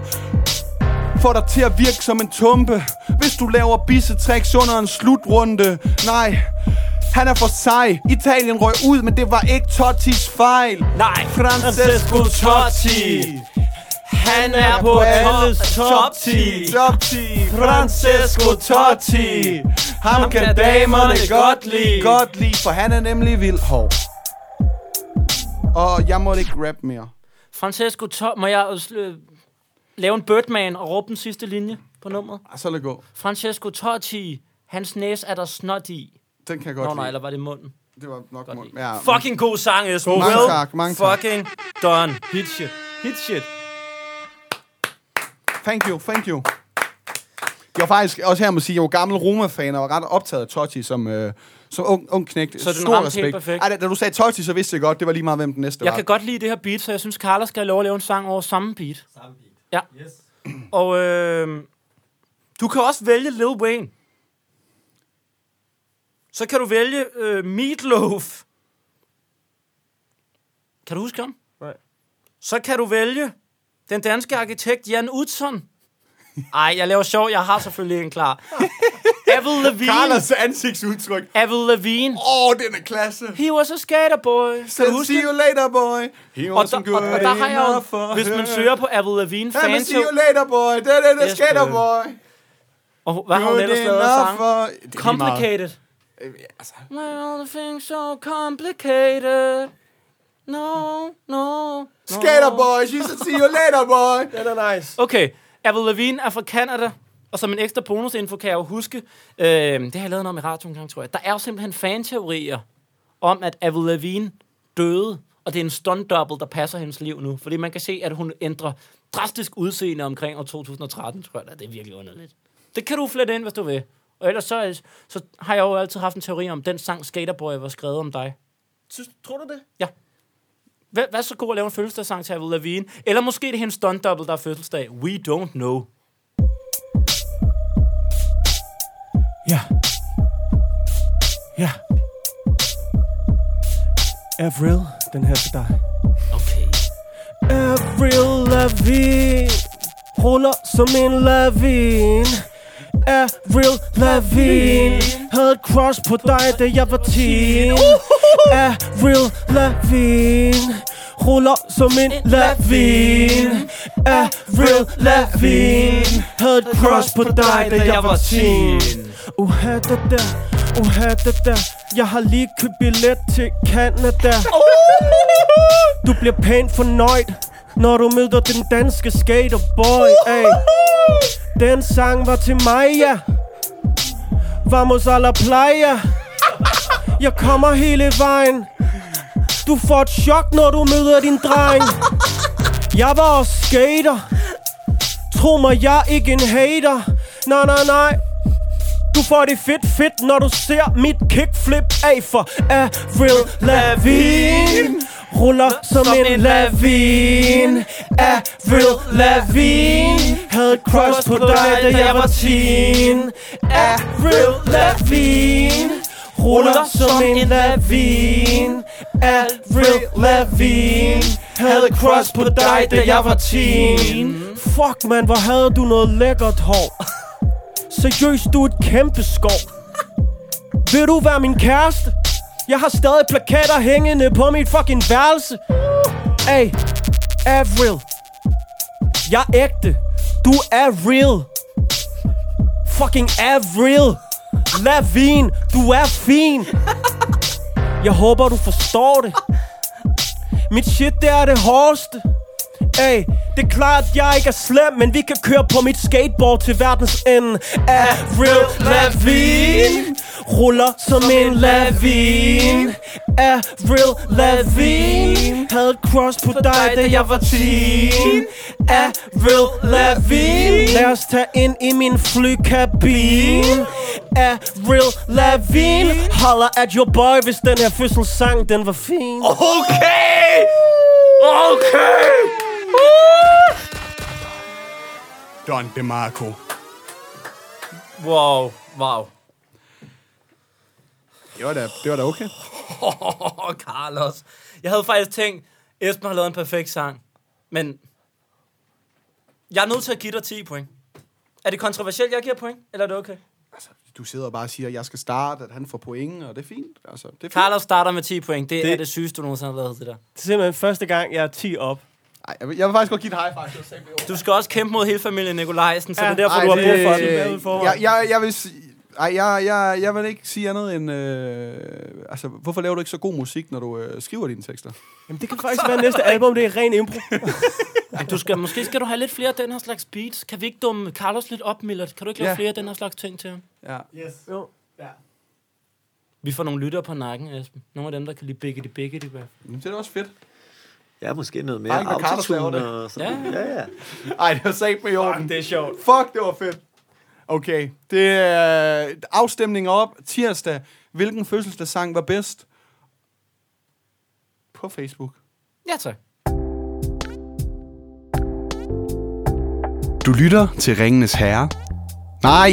Speaker 2: Får dig til at virke som en tumpe Hvis du laver bissetricks under en slutrunde Nej han er for sej. Italien røg ud, men det var ikke Tottis fejl.
Speaker 1: Nej,
Speaker 2: Francesco Totti.
Speaker 1: Han er på
Speaker 2: på
Speaker 1: alles
Speaker 2: alles
Speaker 1: top 10.
Speaker 2: Top 10.
Speaker 1: Francesco Totti. Ham kan damerne godt lide.
Speaker 2: Godt lide, for han er nemlig vild hov. Og jeg måtte ikke rap mere.
Speaker 1: Francesco Totti. Må jeg også, øh, lave en Birdman og råbe den sidste linje på nummeret?
Speaker 2: Ah, Så lad gå.
Speaker 1: Francesco Totti. Hans næse er der snot i.
Speaker 2: Den kan jeg godt
Speaker 1: Nå nej,
Speaker 2: lide.
Speaker 1: eller var det munden?
Speaker 2: Det var nok mål. Ja, men-
Speaker 1: Fucking god sang, Esben.
Speaker 2: Mange
Speaker 1: well
Speaker 2: tak, mange tak.
Speaker 1: fucking done. Hit shit. Hit shit.
Speaker 2: Thank you, thank you. Jeg var faktisk, også her må sige, jeg var gammel Roma-fan, og var ret optaget af Totti som, øh, som ung, ung knægt.
Speaker 1: Så den ramte helt perfekt.
Speaker 2: Ej, da, da du sagde Totti, så vidste jeg godt, det var lige meget, hvem den næste
Speaker 1: Jeg
Speaker 2: var.
Speaker 1: kan godt lide det her beat, så jeg synes, Carla skal have lov at lave en sang over samme beat. Samme beat. Ja. Yes. Og øh, du kan også vælge Lil Wayne. Så kan du vælge øh, Meatloaf. Kan du huske ham?
Speaker 3: Nej.
Speaker 1: Så kan du vælge den danske arkitekt Jan Utzon. Ej, jeg laver sjov. Jeg har selvfølgelig en klar. Avril Lavigne.
Speaker 2: Carlos ansigtsudtryk.
Speaker 1: Avril Lavigne.
Speaker 2: Åh, oh, den er klasse.
Speaker 1: He was a skater boy. Kan du huske
Speaker 2: See
Speaker 1: det?
Speaker 2: you later, boy. He
Speaker 1: Og,
Speaker 2: was
Speaker 1: der, og, og der har jeg jo, hvis man søger på Avril Lavigne
Speaker 2: Ja, men
Speaker 1: fans,
Speaker 2: see you later, boy. Det er det, der
Speaker 1: Yes,
Speaker 2: skater,
Speaker 1: man.
Speaker 2: boy.
Speaker 1: og hvad har hun ellers lavet af sang? Complicated. Øh,
Speaker 2: altså.
Speaker 1: Why all the things so complicated? No, no, no.
Speaker 2: Skater, boy. She said, see you later, boy.
Speaker 3: Den er nice.
Speaker 1: Okay, Avril Lavigne er fra Canada, og som en ekstra bonusinfo kan jeg jo huske, øh, det har jeg lavet noget om i radioen engang, tror jeg, der er jo simpelthen fanteorier om, at Avril Lavigne døde, og det er en stunt double, der passer hendes liv nu, fordi man kan se, at hun ændrer drastisk udseende omkring år 2013, tror jeg da. Det er virkelig underligt. Det kan du flette ind, hvis du vil. Og ellers så, så har jeg jo altid haft en teori om, at den sang Skaterboy var skrevet om dig.
Speaker 3: Synes, tror du det?
Speaker 1: Hvad, hvad er så god at lave en fødselsdagssang til Avril Lavigne? Eller måske det er hendes stunt double, der er fødselsdag. We don't know.
Speaker 3: Ja. Ja. Avril, den her til dig.
Speaker 1: Okay.
Speaker 3: Avril Lavigne Ruller som en lavin Avril Lavigne Havde et crush på dig, da jeg var teen Avril Lavigne Ruller som en lavin Avril Lavigne Havde et crush på dig, da jeg var teen Uha det der, uha det der Jeg har lige købt billet til Canada Du bliver pænt fornøjet Når du møder den danske skaterboy ay. Den sang var til mig, ja Vamos a la playa Jeg kommer hele vejen Du får et chok, når du møder din dreng Jeg var også skater Tro mig, jeg er ikke en hater Nej, nej, nej du får det fedt fedt, når du ser mit kickflip af for Avril Lavigne Ruller som,
Speaker 1: Som en
Speaker 3: en lavin Avril Lavigne Havde et crush på dig, da jeg var teen Avril Lavigne Ruller som en lavin Avril Lavigne Havde et crush på dig, da jeg var teen Fuck man, hvor havde du noget lækkert hår Seriøst, du er et kæmpe skov. Vil du være min kæreste? Jeg har stadig plakater hængende på mit fucking værelse. Hey, Avril. Jeg er ægte. Du er real. Fucking Avril. Lavin, du er fin. Jeg håber, du forstår det. Mit shit, det er det hårdeste. Ay, det er klart, jeg ikke er slem, men vi kan køre på mit skateboard til verdens ende. Avril Lavigne ruller som en lavin. Avril Lavigne havde et crush på dig, da jeg var teen. Avril Lavigne lad os tage ind i min flykabine. Avril Lavigne holder at your boy, hvis den her fødselssang, den var fin.
Speaker 1: Okay! Okay!
Speaker 2: Don DeMarco.
Speaker 1: Wow, wow.
Speaker 2: Det var da, det var da okay.
Speaker 1: Åh, oh, Carlos. Jeg havde faktisk tænkt, Esben har lavet en perfekt sang. Men jeg er nødt til at give dig 10 point. Er det kontroversielt, jeg giver point? Eller er det okay?
Speaker 2: Du sidder og bare siger, at jeg skal starte, at han får point, og det er fint. Altså, det er fint.
Speaker 1: Carlos starter med 10 point. Det, det... er
Speaker 3: Det-
Speaker 1: det sygeste, du nogensinde har lavet det der.
Speaker 3: Det er simpelthen første gang, jeg er 10 op.
Speaker 2: Ej, jeg, vil, jeg vil faktisk godt give et high five. til at sige det ord.
Speaker 1: Du skal også kæmpe mod hele familien Nikolajsen, så ja,
Speaker 3: Ja.
Speaker 1: det er derfor,
Speaker 2: Ej,
Speaker 1: du har brug
Speaker 2: det-
Speaker 1: for
Speaker 3: den.
Speaker 1: det.
Speaker 3: Bagud i forvejen.
Speaker 2: Jeg, jeg, jeg vil sige... Ej, jeg, jeg, jeg vil ikke sige andet end... Øh, altså, hvorfor laver du ikke så god musik, når du øh, skriver dine tekster?
Speaker 3: Jamen, det kan faktisk være næste album, det er ren impro.
Speaker 1: Du skal, måske skal du have lidt flere af den her slags beats. Kan vi ikke dumme Carlos lidt op, Millert? Kan du ikke lave
Speaker 2: Ja.
Speaker 1: flere af den her slags ting til ham?
Speaker 2: Ja.
Speaker 3: Jo.
Speaker 1: Vi får nogle lyttere på nakken, Esben. Nogle af dem, der kan lide biggity biggity. Hvad?
Speaker 2: Det er da også fedt.
Speaker 6: Ja, måske noget mere
Speaker 2: Bare ikke, når Carlos laver
Speaker 6: autotune
Speaker 2: det.
Speaker 6: og sådan noget. Ja, ja.
Speaker 2: Ej, det var sagt med i orden.
Speaker 1: Det er sjovt.
Speaker 2: Fuck, det var fedt. Okay, det er afstemning op tirsdag. Hvilken fødselsdagssang var bedst? På Facebook.
Speaker 1: Ja, tak.
Speaker 2: Du lytter til Ringenes Herre. Nej!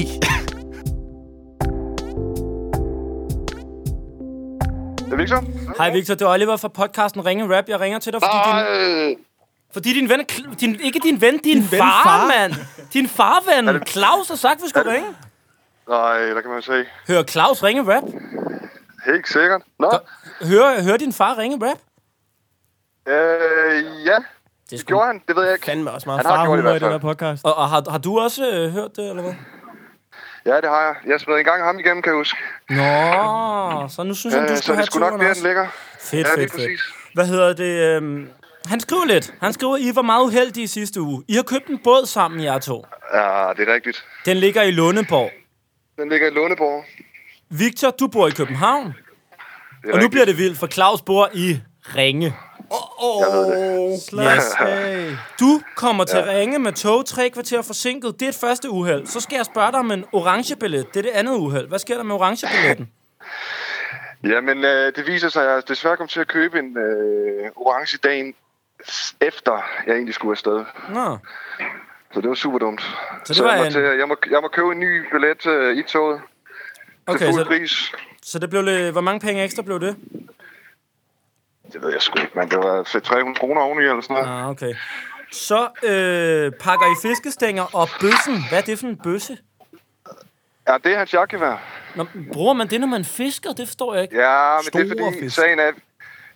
Speaker 11: Det er Victor.
Speaker 1: Hej Victor, det er Oliver fra podcasten Ringe Rap. Jeg ringer til dig, fordi din,
Speaker 11: Ej,
Speaker 1: fordi din ven... er Kl- Din, ikke din ven, din, din far,
Speaker 2: far.
Speaker 1: far, mand. Din farven. Claus har sagt, vi skulle ringe.
Speaker 11: nej, der kan man se.
Speaker 1: Hører Claus ringe rap?
Speaker 11: Helt sikkert. Nå,
Speaker 1: Hører, hører din far ringe rap?
Speaker 11: øh, ja,
Speaker 1: Det
Speaker 11: det gjorde han. Det ved jeg ikke.
Speaker 3: Fandme også meget
Speaker 11: Han har gjort det i
Speaker 3: farhumor i
Speaker 11: hvert
Speaker 3: den her
Speaker 11: fald.
Speaker 3: podcast.
Speaker 1: Og, og har, har du også øh, hørt det, eller hvad?
Speaker 11: Ja, det har jeg. Jeg smed engang ham igennem, kan jeg huske.
Speaker 1: Nå, så nu synes han, du
Speaker 11: Øh, så
Speaker 1: skal
Speaker 11: det
Speaker 1: have
Speaker 11: skulle nok
Speaker 1: turen
Speaker 11: der, den
Speaker 1: også.
Speaker 11: ligger.
Speaker 1: Fedt,
Speaker 11: Ja, lige
Speaker 1: fedt,
Speaker 11: præcis.
Speaker 1: fedt. Hvad hedder det? øhm, Han skriver lidt. Han skriver, I var meget uheldige sidste uge. I har købt en båd sammen, jer to.
Speaker 11: Ja, det er rigtigt.
Speaker 1: Den ligger i Lundeborg.
Speaker 11: Den ligger i Lundeborg.
Speaker 1: Victor, du bor i København.
Speaker 11: Det er
Speaker 1: Og nu
Speaker 11: rigtigt.
Speaker 1: bliver det vildt, for Claus bor i Ringe. Yes.
Speaker 3: Hey.
Speaker 1: Du kommer til ja. Ringe med tog tre kvarter forsinket. Det er et første uheld. Så skal jeg spørge dig om en orangebillet. Det er det andet uheld. Hvad sker der med orangebilletten?
Speaker 11: Jamen, øh, det viser sig, at jeg desværre kom til at købe en øh, orange dagen s- efter jeg egentlig skulle afsted.
Speaker 1: Nå,
Speaker 11: Så det var super dumt.
Speaker 1: det
Speaker 11: Så, jeg,
Speaker 1: var
Speaker 11: må
Speaker 1: en-
Speaker 11: til, jeg, må, jeg må købe en ny billet øh, i toget til
Speaker 1: okay.
Speaker 11: fuld
Speaker 1: Så,
Speaker 11: pris.
Speaker 1: så det blev lidt... Hvor mange penge ekstra blev det?
Speaker 11: Det ved jeg sgu ikke, men det var fedt 300 kroner oveni eller sådan noget.
Speaker 1: Ah, okay. Så øh, pakker I fiskestænger og bøssen. Hvad er det for en bøsse?
Speaker 11: Ja, det er hans jakkevær.
Speaker 1: Nå, men bruger man det, når man fisker? Det forstår jeg ikke.
Speaker 11: Ja, men det er
Speaker 2: Store
Speaker 11: fordi,
Speaker 2: fisk.
Speaker 11: sagen er,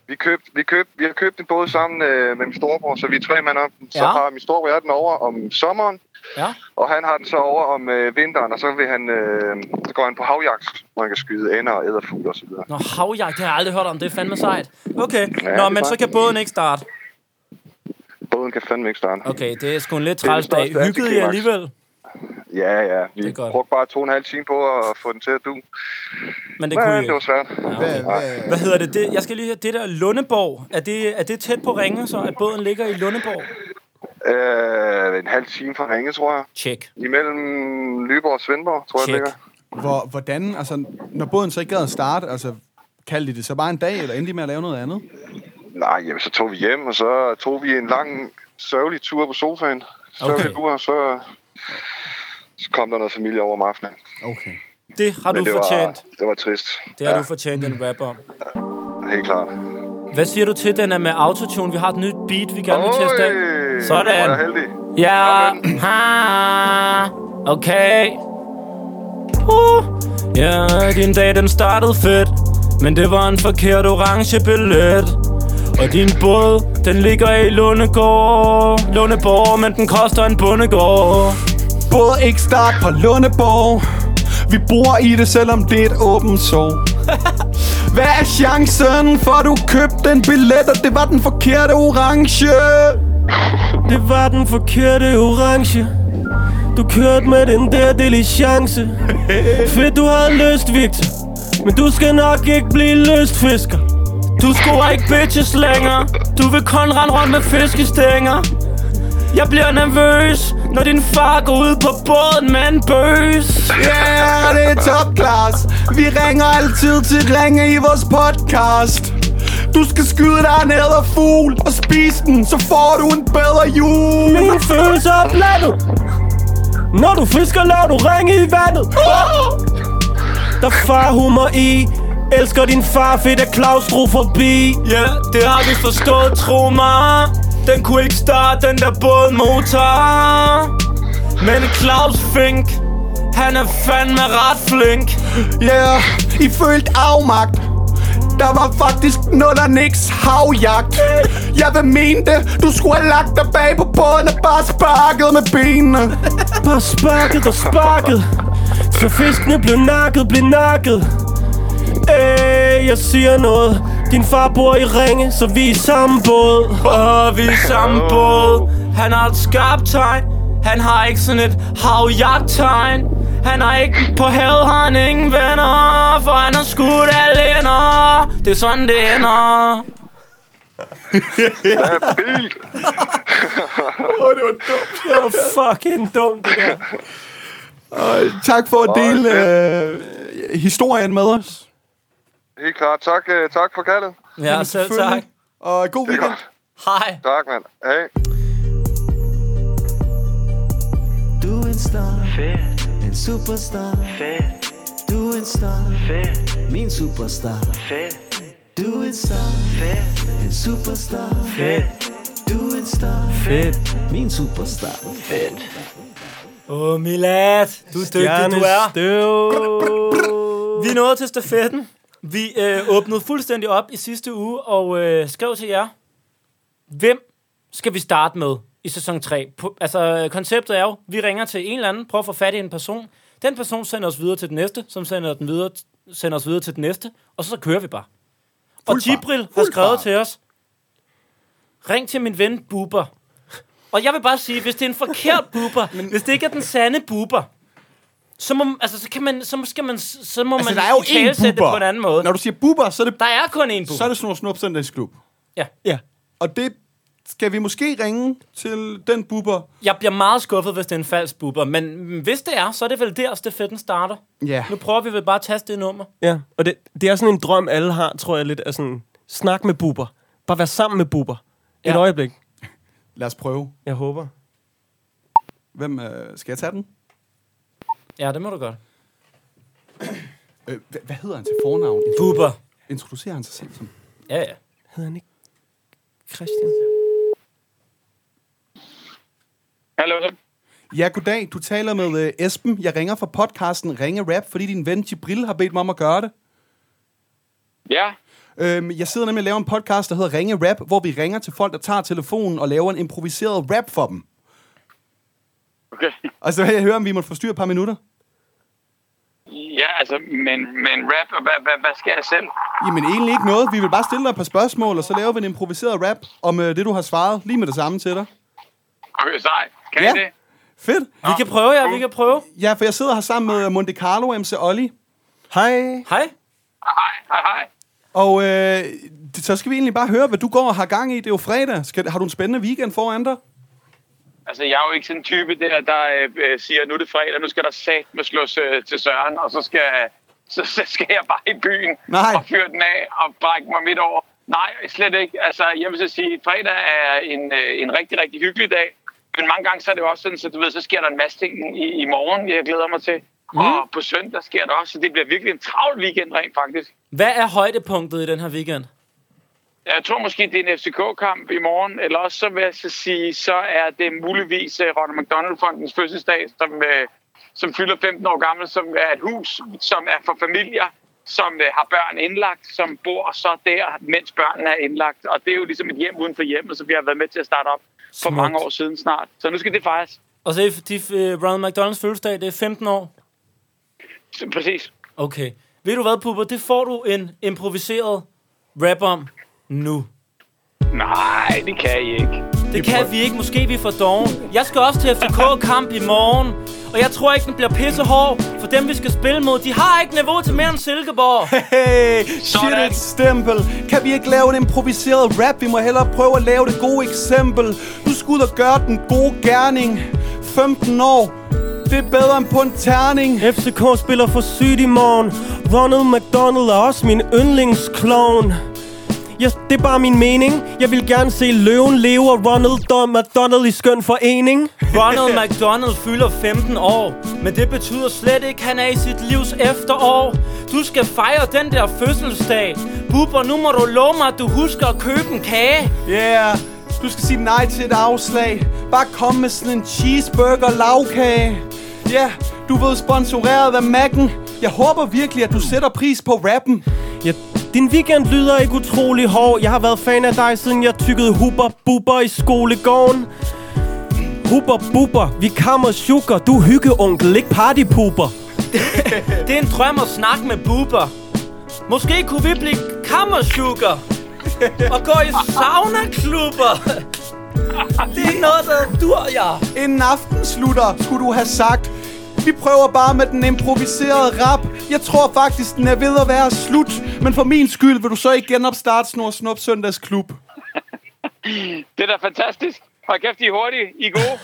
Speaker 11: vi, køb, vi, køb, vi har købt en båd sammen øh, med min storebror, så vi er tre mand om den. Så
Speaker 1: Ja.
Speaker 11: har min storebror jeg den over om sommeren,
Speaker 1: Ja.
Speaker 11: og han har den så over om øh, vinteren, og så, vil han, øh, så går han på havjagt, hvor han kan skyde ender og æderfugle osv.
Speaker 1: Nå, havjagt, det har jeg aldrig hørt om. Det er fandme sejt. Okay,
Speaker 11: Ja,
Speaker 1: nå,
Speaker 11: det
Speaker 1: men
Speaker 11: var-
Speaker 1: så kan båden ikke starte.
Speaker 11: Båden kan fandme ikke starte.
Speaker 1: Okay, det er sgu en lidt
Speaker 11: er
Speaker 1: træls
Speaker 11: det største
Speaker 1: dag. Hyggede I
Speaker 11: antiklimaks.
Speaker 1: alligevel?
Speaker 11: Ja, ja.
Speaker 1: Det
Speaker 11: Vi
Speaker 1: er godt.
Speaker 11: brugte bare to og en halv time på at få den til at du.
Speaker 1: Men det
Speaker 11: Det,
Speaker 1: kunne I
Speaker 11: ja, det var
Speaker 1: ikke.
Speaker 11: svært.
Speaker 6: Hvad, hvad,
Speaker 1: Hvad hedder det? det? Jeg skal lige høre, det der Lundeborg, er det, er det tæt på Ringe, så at båden ligger i Lundeborg?
Speaker 11: Øh, en halv time fra Ringe, tror jeg.
Speaker 1: Tjek.
Speaker 11: Imellem Nyborg og Svendborg, tror jeg, det
Speaker 1: Tjek.
Speaker 11: ligger.
Speaker 2: Hvor, hvordan, altså, når båden så ikke gad at starte, altså, kaldte de det så bare en dag, eller endte de med at lave noget andet?
Speaker 11: Nej, jamen, så tog vi hjem, og så tog vi en lang, sørgelig tur på sofaen. Sørgelig
Speaker 1: Okay.
Speaker 11: okay. tur, og så, så kom der noget familie over om aftenen.
Speaker 2: Okay.
Speaker 1: Det har du
Speaker 11: det
Speaker 1: fortjent.
Speaker 11: Var, det var trist.
Speaker 1: Det har du fortjent en rap om.
Speaker 11: Helt klart.
Speaker 1: Hvad siger du til, den er med autotune? Vi har et nyt beat, vi gerne vil teste af.
Speaker 11: Øj,
Speaker 1: Sådan.
Speaker 11: hvor er jeg heldig.
Speaker 1: Ja, ha, okay. Uh, ja, din dag den startede fedt, men det var en forkert orange billet. Og din båd, den ligger i Lundegård, Lundeborg, men den koster en bondegård.
Speaker 2: Både ikke start på Lundeborg. Vi bor i det, selvom det er et åbent sår. Hvad er chancen for, at du købte en billet, og det var den forkerte orange?
Speaker 3: Det var den forkerte orange Du kørte med den der diligence Fedt du havde lyst, Victor Men du skal nok ikke blive lystfisker
Speaker 1: Du scorer ikke bitches længere, du vil kun rende rundt med fiskestænger. Jeg bliver nervøs, når din far går ud på båden med en bøs.
Speaker 2: Ja, yeah, det er top class. Vi ringer altid til ringe i vores podcast. Du skal skyde dig en æderfugl og spise den, så får du en bedre jul.
Speaker 3: Mine følelser er blandet Når du fisker, laver du ringe i vandet Der far humor i Elsker din far, fedt at klaustrofobi
Speaker 1: Ja, det har vi forstået, tro mig Den kunne ikke starte den der bådmotor Men Claus Fink, han er fandme ret flink
Speaker 2: Ja, yeah, I følte afmagt. Der var faktisk nul og niks havjagt. Jeg vil mene det. Du skulle have lagt dig bag på båden og bare sparket med benene.
Speaker 3: Bare sparket og sparket Så fiskene blev nakket, blev nakket Æh, jeg siger noget Din far bor i Ringe, så vi er i samme båd
Speaker 1: Og vi er samme båd Han har et skarpt tegn Han har ikke sådan et havjagttegn Han har ikke på havet, har han ingen venner, for han har skudt alle ender. Det er sådan, det ender.
Speaker 2: Åh, det var dumt.
Speaker 3: Det var fucking dumt, det der.
Speaker 2: Og tak for at dele øh, historien med os.
Speaker 7: Helt klart. Tak, øh, tak for kaldet.
Speaker 1: Ja, selv tak.
Speaker 2: Selvfølgelig. Og god weekend.
Speaker 1: Hej.
Speaker 7: Tak, mand. Hej.
Speaker 6: Du er en star. Fedt. En superstar. Fedt. Du er en star. Fedt. Min superstar. Fedt. Du er en star. Fedt. En superstar. Fedt. Du er en star. Fedt. Min superstar. Fedt.
Speaker 1: Åh, oh, Milad, du er dygtig, du er. Vi er nået til stafetten. Vi øh, åbnede fuldstændig op i sidste uge og øh, skrev til jer, hvem skal vi starte med i sæson 3? På, altså, øh, konceptet er jo, vi ringer til en eller anden, prøver at få fat i en person. Den person sender os videre til den næste, som sender, den videre, sender os videre til den næste, og så, så kører vi bare. Og Jibril har skrevet til os, ring til min ven Buber. Og jeg vil bare sige, hvis det er en forkert buber, Men... hvis det ikke er den sande buber, så må, altså, så kan man, så skal man, så må
Speaker 2: Altså,
Speaker 1: man
Speaker 2: der er jo
Speaker 1: italesætte
Speaker 2: én
Speaker 1: det
Speaker 2: buber.
Speaker 1: på en anden måde.
Speaker 2: Når du siger buber, så er det,
Speaker 1: Der er kun én buber.
Speaker 2: så er det Snor Snup Søndagsklub.
Speaker 1: Ja.
Speaker 3: Ja.
Speaker 2: Og det skal vi måske ringe til den buber.
Speaker 1: Jeg bliver meget skuffet, hvis det er en falsk buber, men hvis det er, så er det vel der, stafetten starter.
Speaker 2: Ja.
Speaker 1: Nu prøver vi vel bare at taste det nummer.
Speaker 3: Ja, og det, det er sådan en drøm, alle har, tror jeg lidt, af sådan, snak med buber. Bare være sammen med buber. Et
Speaker 1: Ja.
Speaker 3: øjeblik.
Speaker 2: Lad os prøve.
Speaker 3: Jeg håber.
Speaker 2: Hvem øh, skal jeg tage den?
Speaker 1: Ja, det må du godt.
Speaker 2: Øh, hvad, hvad hedder han til fornavn?
Speaker 1: Buber.
Speaker 2: Introducerer han sig selv som?
Speaker 1: Ja, ja.
Speaker 3: Hedder han ikke Christian?
Speaker 7: Hallo.
Speaker 2: Ja, goddag. Du taler med øh, Esben. Jeg ringer fra podcasten Ringe Rap, fordi din ven Jibril har bedt mig om at gøre det.
Speaker 7: Ja.
Speaker 2: Øhm, jeg sidder nemlig og laver en podcast, der hedder Ringe Rap, hvor vi ringer til folk, der tager telefonen og laver en improviseret rap for dem.
Speaker 7: Okay.
Speaker 2: Og så vil jeg høre, om vi måtte forstyrre et par minutter.
Speaker 7: Ja, altså, men, men rap, hvad, hvad, hvad skal jeg selv?
Speaker 2: Jamen egentlig ikke noget. Vi vil bare stille dig et par spørgsmål, og så laver vi en improviseret rap om øh, det, du har svaret lige med det samme til dig.
Speaker 7: Okay, sej. Kan
Speaker 2: Ja.
Speaker 7: I det?
Speaker 2: Fedt.
Speaker 1: Vi kan prøve, ja. Vi kan prøve.
Speaker 2: Ja, for jeg sidder her sammen med øh, Monte Carlo MC Olli. Hej.
Speaker 1: Hej.
Speaker 7: Hej, hej, hej.
Speaker 2: Og øh, det- så skal vi egentlig bare høre, hvad du går og har gang i. Det er jo fredag. Skal, har du en spændende weekend foran dig?
Speaker 7: Altså, jeg er jo ikke sådan en type der, der øh, øh, siger, nu er det fredag, nu skal der sat med slås øh, til Søren, og så skal, så, så skal jeg bare i byen
Speaker 2: Nej.
Speaker 7: og fyre den af og brække mig midt over. Nej, slet ikke. Altså, jeg vil så sige, at fredag er en, øh, en rigtig, rigtig hyggelig dag. Men mange gange så er det jo også sådan, så du ved, så sker der en masse ting i, i morgen, jeg glæder mig til. Mm. Og på søndag sker der også, så det bliver virkelig en travl weekend rent faktisk.
Speaker 1: Hvad er højdepunktet i den her weekend?
Speaker 7: Jeg tror måske, det er en FCK-kamp i morgen, eller også så vil jeg så sige, så er det muligvis uh, Ronald McDonald-fondens fødselsdag, som, uh, som fylder 15 år gammel, som er et hus, som er for familier, som uh, har børn indlagt, som bor så der, mens børnene er indlagt. Og det er jo ligesom et hjem uden for hjemmet, som vi har været med til at starte op for
Speaker 1: Smukt.
Speaker 7: mange år siden snart. Så nu skal det fejres.
Speaker 1: Og så er de, øh, Ronald McDonalds fødselsdag, det er 15 år.
Speaker 7: Så- Præcis.
Speaker 1: Okay. Ved du hvad, Puber? Det får du en improviseret rap om nu.
Speaker 7: Nej, det kan I ikke.
Speaker 1: Det kan vi ikke. Måske vi får doven. Jeg skal også til FCK-kamp i morgen. Og jeg tror ikke, den bliver pissehård. For dem, vi skal spille mod, de har ikke niveau til mere end Silkeborg.
Speaker 2: Hey, shit
Speaker 7: Sådan.
Speaker 2: et stempel. Kan vi ikke lave en improviseret rap? Vi må hellere prøve at lave det gode eksempel. Du skal ud og gøre den gode gerning. 15 år. Det er bedre end på en terning.
Speaker 3: FCK spiller for sygt i morgen. Ronald McDonald er også min yndlingsklovn. Jeg, det er bare min mening. Jeg vil gerne se løven leve og Ronald Don McDonald i skøn forening.
Speaker 1: Ronald McDonald fylder 15 år. Men det betyder slet ikke, han er i sit livs efterår. Du skal fejre den der fødselsdag. Bubber, nu må du love mig, at du husker at købe en kage.
Speaker 2: Yeah. Du skal sige nej til et afslag. Bare kom med sådan en cheeseburger lavkage. Ja, yeah, du ved sponsoreret af Mac'en. Jeg håber virkelig, at du sætter pris på rappen.
Speaker 3: Ja, din weekend lyder ikke utrolig hård. Jeg har været fan af dig, siden jeg tykkede huber buber i skolegården. Huber buber, vi kammer sugar. Du hygge onkel, ikke partypuber.
Speaker 1: Det er en drøm at snakke med Bubber. Måske kunne vi blive kammersugar og gå i sauna-klubber. Ah, Det er noget, der dur, ja.
Speaker 2: Inden aften slutter, skulle du have sagt. Vi prøver bare med den improviserede rap. Jeg tror faktisk, den er ved at være slut. Men for min skyld vil du så ikke genopstarte Snor Snop Søndagsklub.
Speaker 7: Det er da fantastisk. Hold kæft, I er hurtige. I er gode.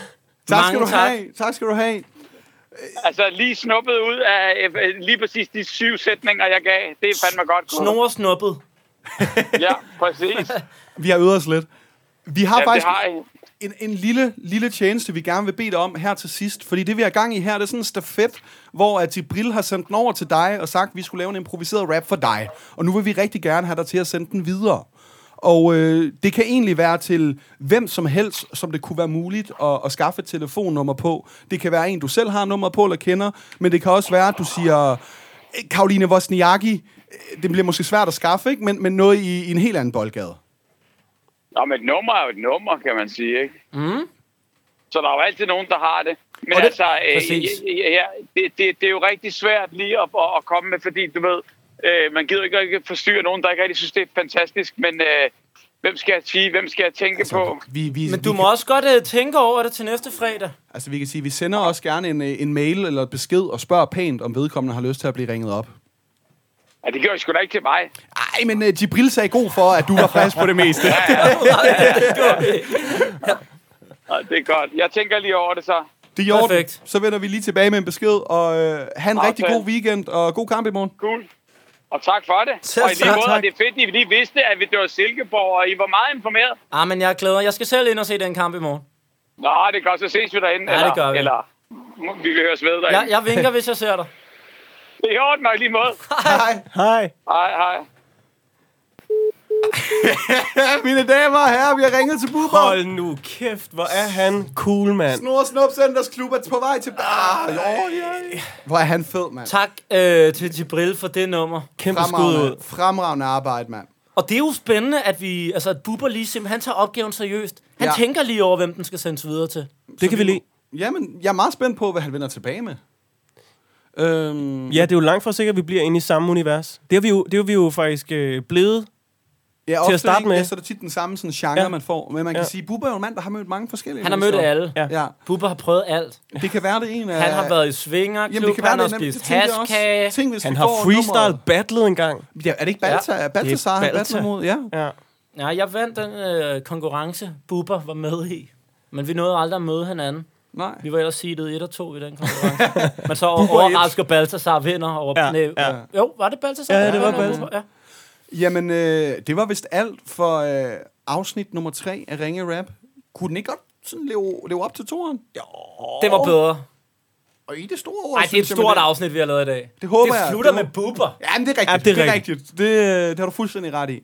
Speaker 2: Tak
Speaker 1: Mange
Speaker 2: skal du
Speaker 1: tak.
Speaker 2: have. Tak skal du have.
Speaker 7: Altså, lige snuppet ud af øh, lige præcis de syv sætninger, jeg gav. Det er fandme godt. gået.
Speaker 1: Snor snuppet.
Speaker 7: Ja, præcis.
Speaker 2: Vi har øvet os lidt. Vi har
Speaker 7: Ja, det
Speaker 2: faktisk
Speaker 7: har I.
Speaker 2: en, en lille, lille tjeneste, vi gerne vil bede dig om her til sidst. Fordi det, vi har gang i her, det er sådan en stafet, hvor at Jibril har sendt den over til dig og sagt, at vi skulle lave en improviseret rap for dig. Og nu vil vi rigtig gerne have dig til at sende den videre. Og øh, det kan egentlig være til hvem som helst, som det kunne være muligt at, at skaffe et telefonnummer på. Det kan være en, du selv har nummer på eller kender, men det kan også være, at du siger, Karoline Wozniacki, øh, det bliver måske svært at skaffe, ikke? Men, men noget i, i en helt anden boldgade.
Speaker 7: Nå, men et nummer er jo et nummer, kan man sige, ikke? Mm. Så der er jo altid nogen, der har det. Men
Speaker 1: Og det-
Speaker 7: det, altså, øh,
Speaker 1: præcis.
Speaker 7: ja, ja, det, det, det er jo rigtig svært lige at, at, at komme med, fordi du ved, øh, man gider ikke rigtig forstyrre nogen, der ikke rigtig synes, det er fantastisk, men øh, hvem skal jeg sige, hvem skal jeg tænke altså, på?
Speaker 2: Vi, vi,
Speaker 1: Men
Speaker 2: vi
Speaker 1: du må også godt øh, tænke over det til næste fredag.
Speaker 2: Altså, vi kan sige, vi sender også gerne en, øh, en mail eller et besked og spørger pænt, om vedkommende har lyst til at blive ringet op.
Speaker 7: Ja, det gjorde I sgu da ikke til mig.
Speaker 2: Ej, men uh, Jibril sagde god for, at du var frisk på det meste.
Speaker 7: Nå, det er godt. Jeg tænker lige over det så.
Speaker 2: Det er i orden.
Speaker 1: Perfekt.
Speaker 2: Så vender vi lige tilbage med en besked, og øh, have en
Speaker 7: Okay.
Speaker 2: rigtig god weekend, og god kamp i morgen.
Speaker 7: Cool. Og tak for det.
Speaker 1: Selv
Speaker 7: og i lige
Speaker 1: tak,
Speaker 7: måde,
Speaker 1: tak.
Speaker 7: og det er fedt, at I lige vidste, at vi- det var Silkeborg, og I var meget informeret.
Speaker 1: Ah, men jeg glæder. Jeg skal selv ind og se den kamp i morgen.
Speaker 7: Nå, det er godt, så ses vi derinde.
Speaker 1: Ja, det gør vi.
Speaker 7: Eller, eller vi høres ved derinde.
Speaker 1: Jeg, jeg vinker, hvis jeg ser dig.
Speaker 7: Det er i orden, og i lige måde.
Speaker 2: Hej.
Speaker 3: Hej.
Speaker 7: Hej, hej.
Speaker 2: Mine damer og herrer, vi har ringet til Bubber.
Speaker 3: Hold nu kæft, hvor er han cool, mand.
Speaker 2: Snor og Snup Centers Klub er på vej til... Ah, jo, ja. Hvor er han fed, mand.
Speaker 1: Tak øh, til Jibril for det nummer.
Speaker 3: Kæmpe skud ud.
Speaker 2: Fremragende, fremragende arbejde, mand.
Speaker 1: Og det er jo spændende, at vi, altså at Bubber lige simpelthen tager opgaven seriøst. Han
Speaker 2: Ja.
Speaker 1: ja. tænker lige over, hvem den skal sendes videre til.
Speaker 3: Det kan vi lide.
Speaker 2: Jamen, jeg er meget spændt på, hvad han vender tilbage med. Øhm,
Speaker 3: Ja, det er jo langt fra sikkert, at vi bliver inde i samme univers. Det er vi jo, det er vi jo faktisk øh, blevet.
Speaker 2: Ja, ofte
Speaker 3: starte
Speaker 2: ikke,
Speaker 3: med.
Speaker 2: Ja, så er det tit den samme sådan, genre, ja.
Speaker 3: Ja.
Speaker 2: man får. Men man kan
Speaker 3: Ja.
Speaker 2: sige, Bubber er jo en mand, der har mødt mange forskellige
Speaker 1: Han har mødt
Speaker 2: mennesker.
Speaker 1: alle. Ja.
Speaker 3: Ja.
Speaker 2: Ja.
Speaker 1: Bubber har prøvet alt.
Speaker 2: Det kan være, det er en af...
Speaker 1: Han har været i svingerklub,
Speaker 2: Jamen, det kan være,
Speaker 1: han
Speaker 2: det
Speaker 1: har
Speaker 2: er nemt.
Speaker 1: spist
Speaker 2: tænkte jeg også.
Speaker 1: hashkage.
Speaker 2: Tænk, hvis
Speaker 3: Han
Speaker 2: vi
Speaker 3: har
Speaker 2: får
Speaker 3: freestyle
Speaker 2: nummeret-
Speaker 3: battlet en gang.
Speaker 2: Ja, er det ikke Balta? Ja. Baltasar, han
Speaker 3: Balta.
Speaker 2: battler mod? Ja.
Speaker 3: Ja.
Speaker 1: Ja, jeg vandt den øh, konkurrence, Bubber var med i. Men vi nåede aldrig at møde hinanden.
Speaker 2: Nej.
Speaker 1: Vi var ellers seedet 1 og 2 i den konkurrence. Men så overrasker Baltasar vinder over...
Speaker 3: Ja,
Speaker 1: Ja, ja.
Speaker 3: ja.
Speaker 1: Jo, var det Baltasar?
Speaker 3: Ja, det var
Speaker 1: Ja,
Speaker 3: Balthazar.
Speaker 1: Ja.
Speaker 2: Jamen, øh, det var vist alt for øh, afsnit nummer tre af Ringe Rap. Kunne den ikke godt sådan leve, leve op til toren? Ja.
Speaker 1: Det var bedre.
Speaker 2: Og i det store ord,
Speaker 1: Nej, det er et
Speaker 2: synes jeg, men
Speaker 1: stort afsnit, vi har lavet i dag.
Speaker 2: Det håber
Speaker 1: det
Speaker 2: jeg.
Speaker 1: slutter
Speaker 2: Det
Speaker 1: med
Speaker 2: må-
Speaker 1: buber.
Speaker 2: Ja, men det er rigtigt. Ja,
Speaker 3: det er
Speaker 2: det, er rigtigt. Det, øh, det har du fuldstændig ret i.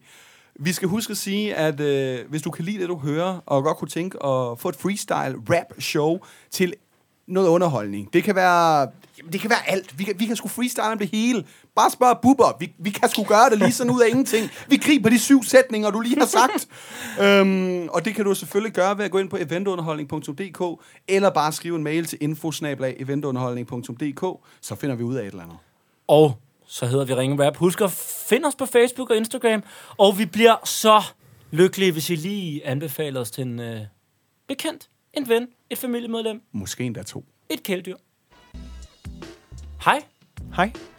Speaker 2: Vi skal huske at sige, at øh, hvis du kan lide det, du hører, og godt kunne tænke at få et freestyle rap show til noget underholdning. Det kan være, jamen, det kan være alt. Vi kan, vi kan sgu freestyle om det hele. Bare spørg Bubber. Vi, vi kan sgu gøre det lige sådan ud af ingenting. Vi griber de syv sætninger, du lige har sagt. øhm, og det kan du selvfølgelig gøre ved at gå ind på eventunderholdning.dk eller bare skrive en mail til infosnablag.eventunderholdning.dk så finder vi ud af et eller andet.
Speaker 1: Og så hedder vi Ringe Rap. Husk at finde os på Facebook og Instagram. Og vi bliver så lykkelige, hvis I lige anbefaler os til en øh, bekendt, en ven, et familiemedlem,
Speaker 2: Måske endda to.
Speaker 1: et kæledyr. Hej.
Speaker 3: Hej.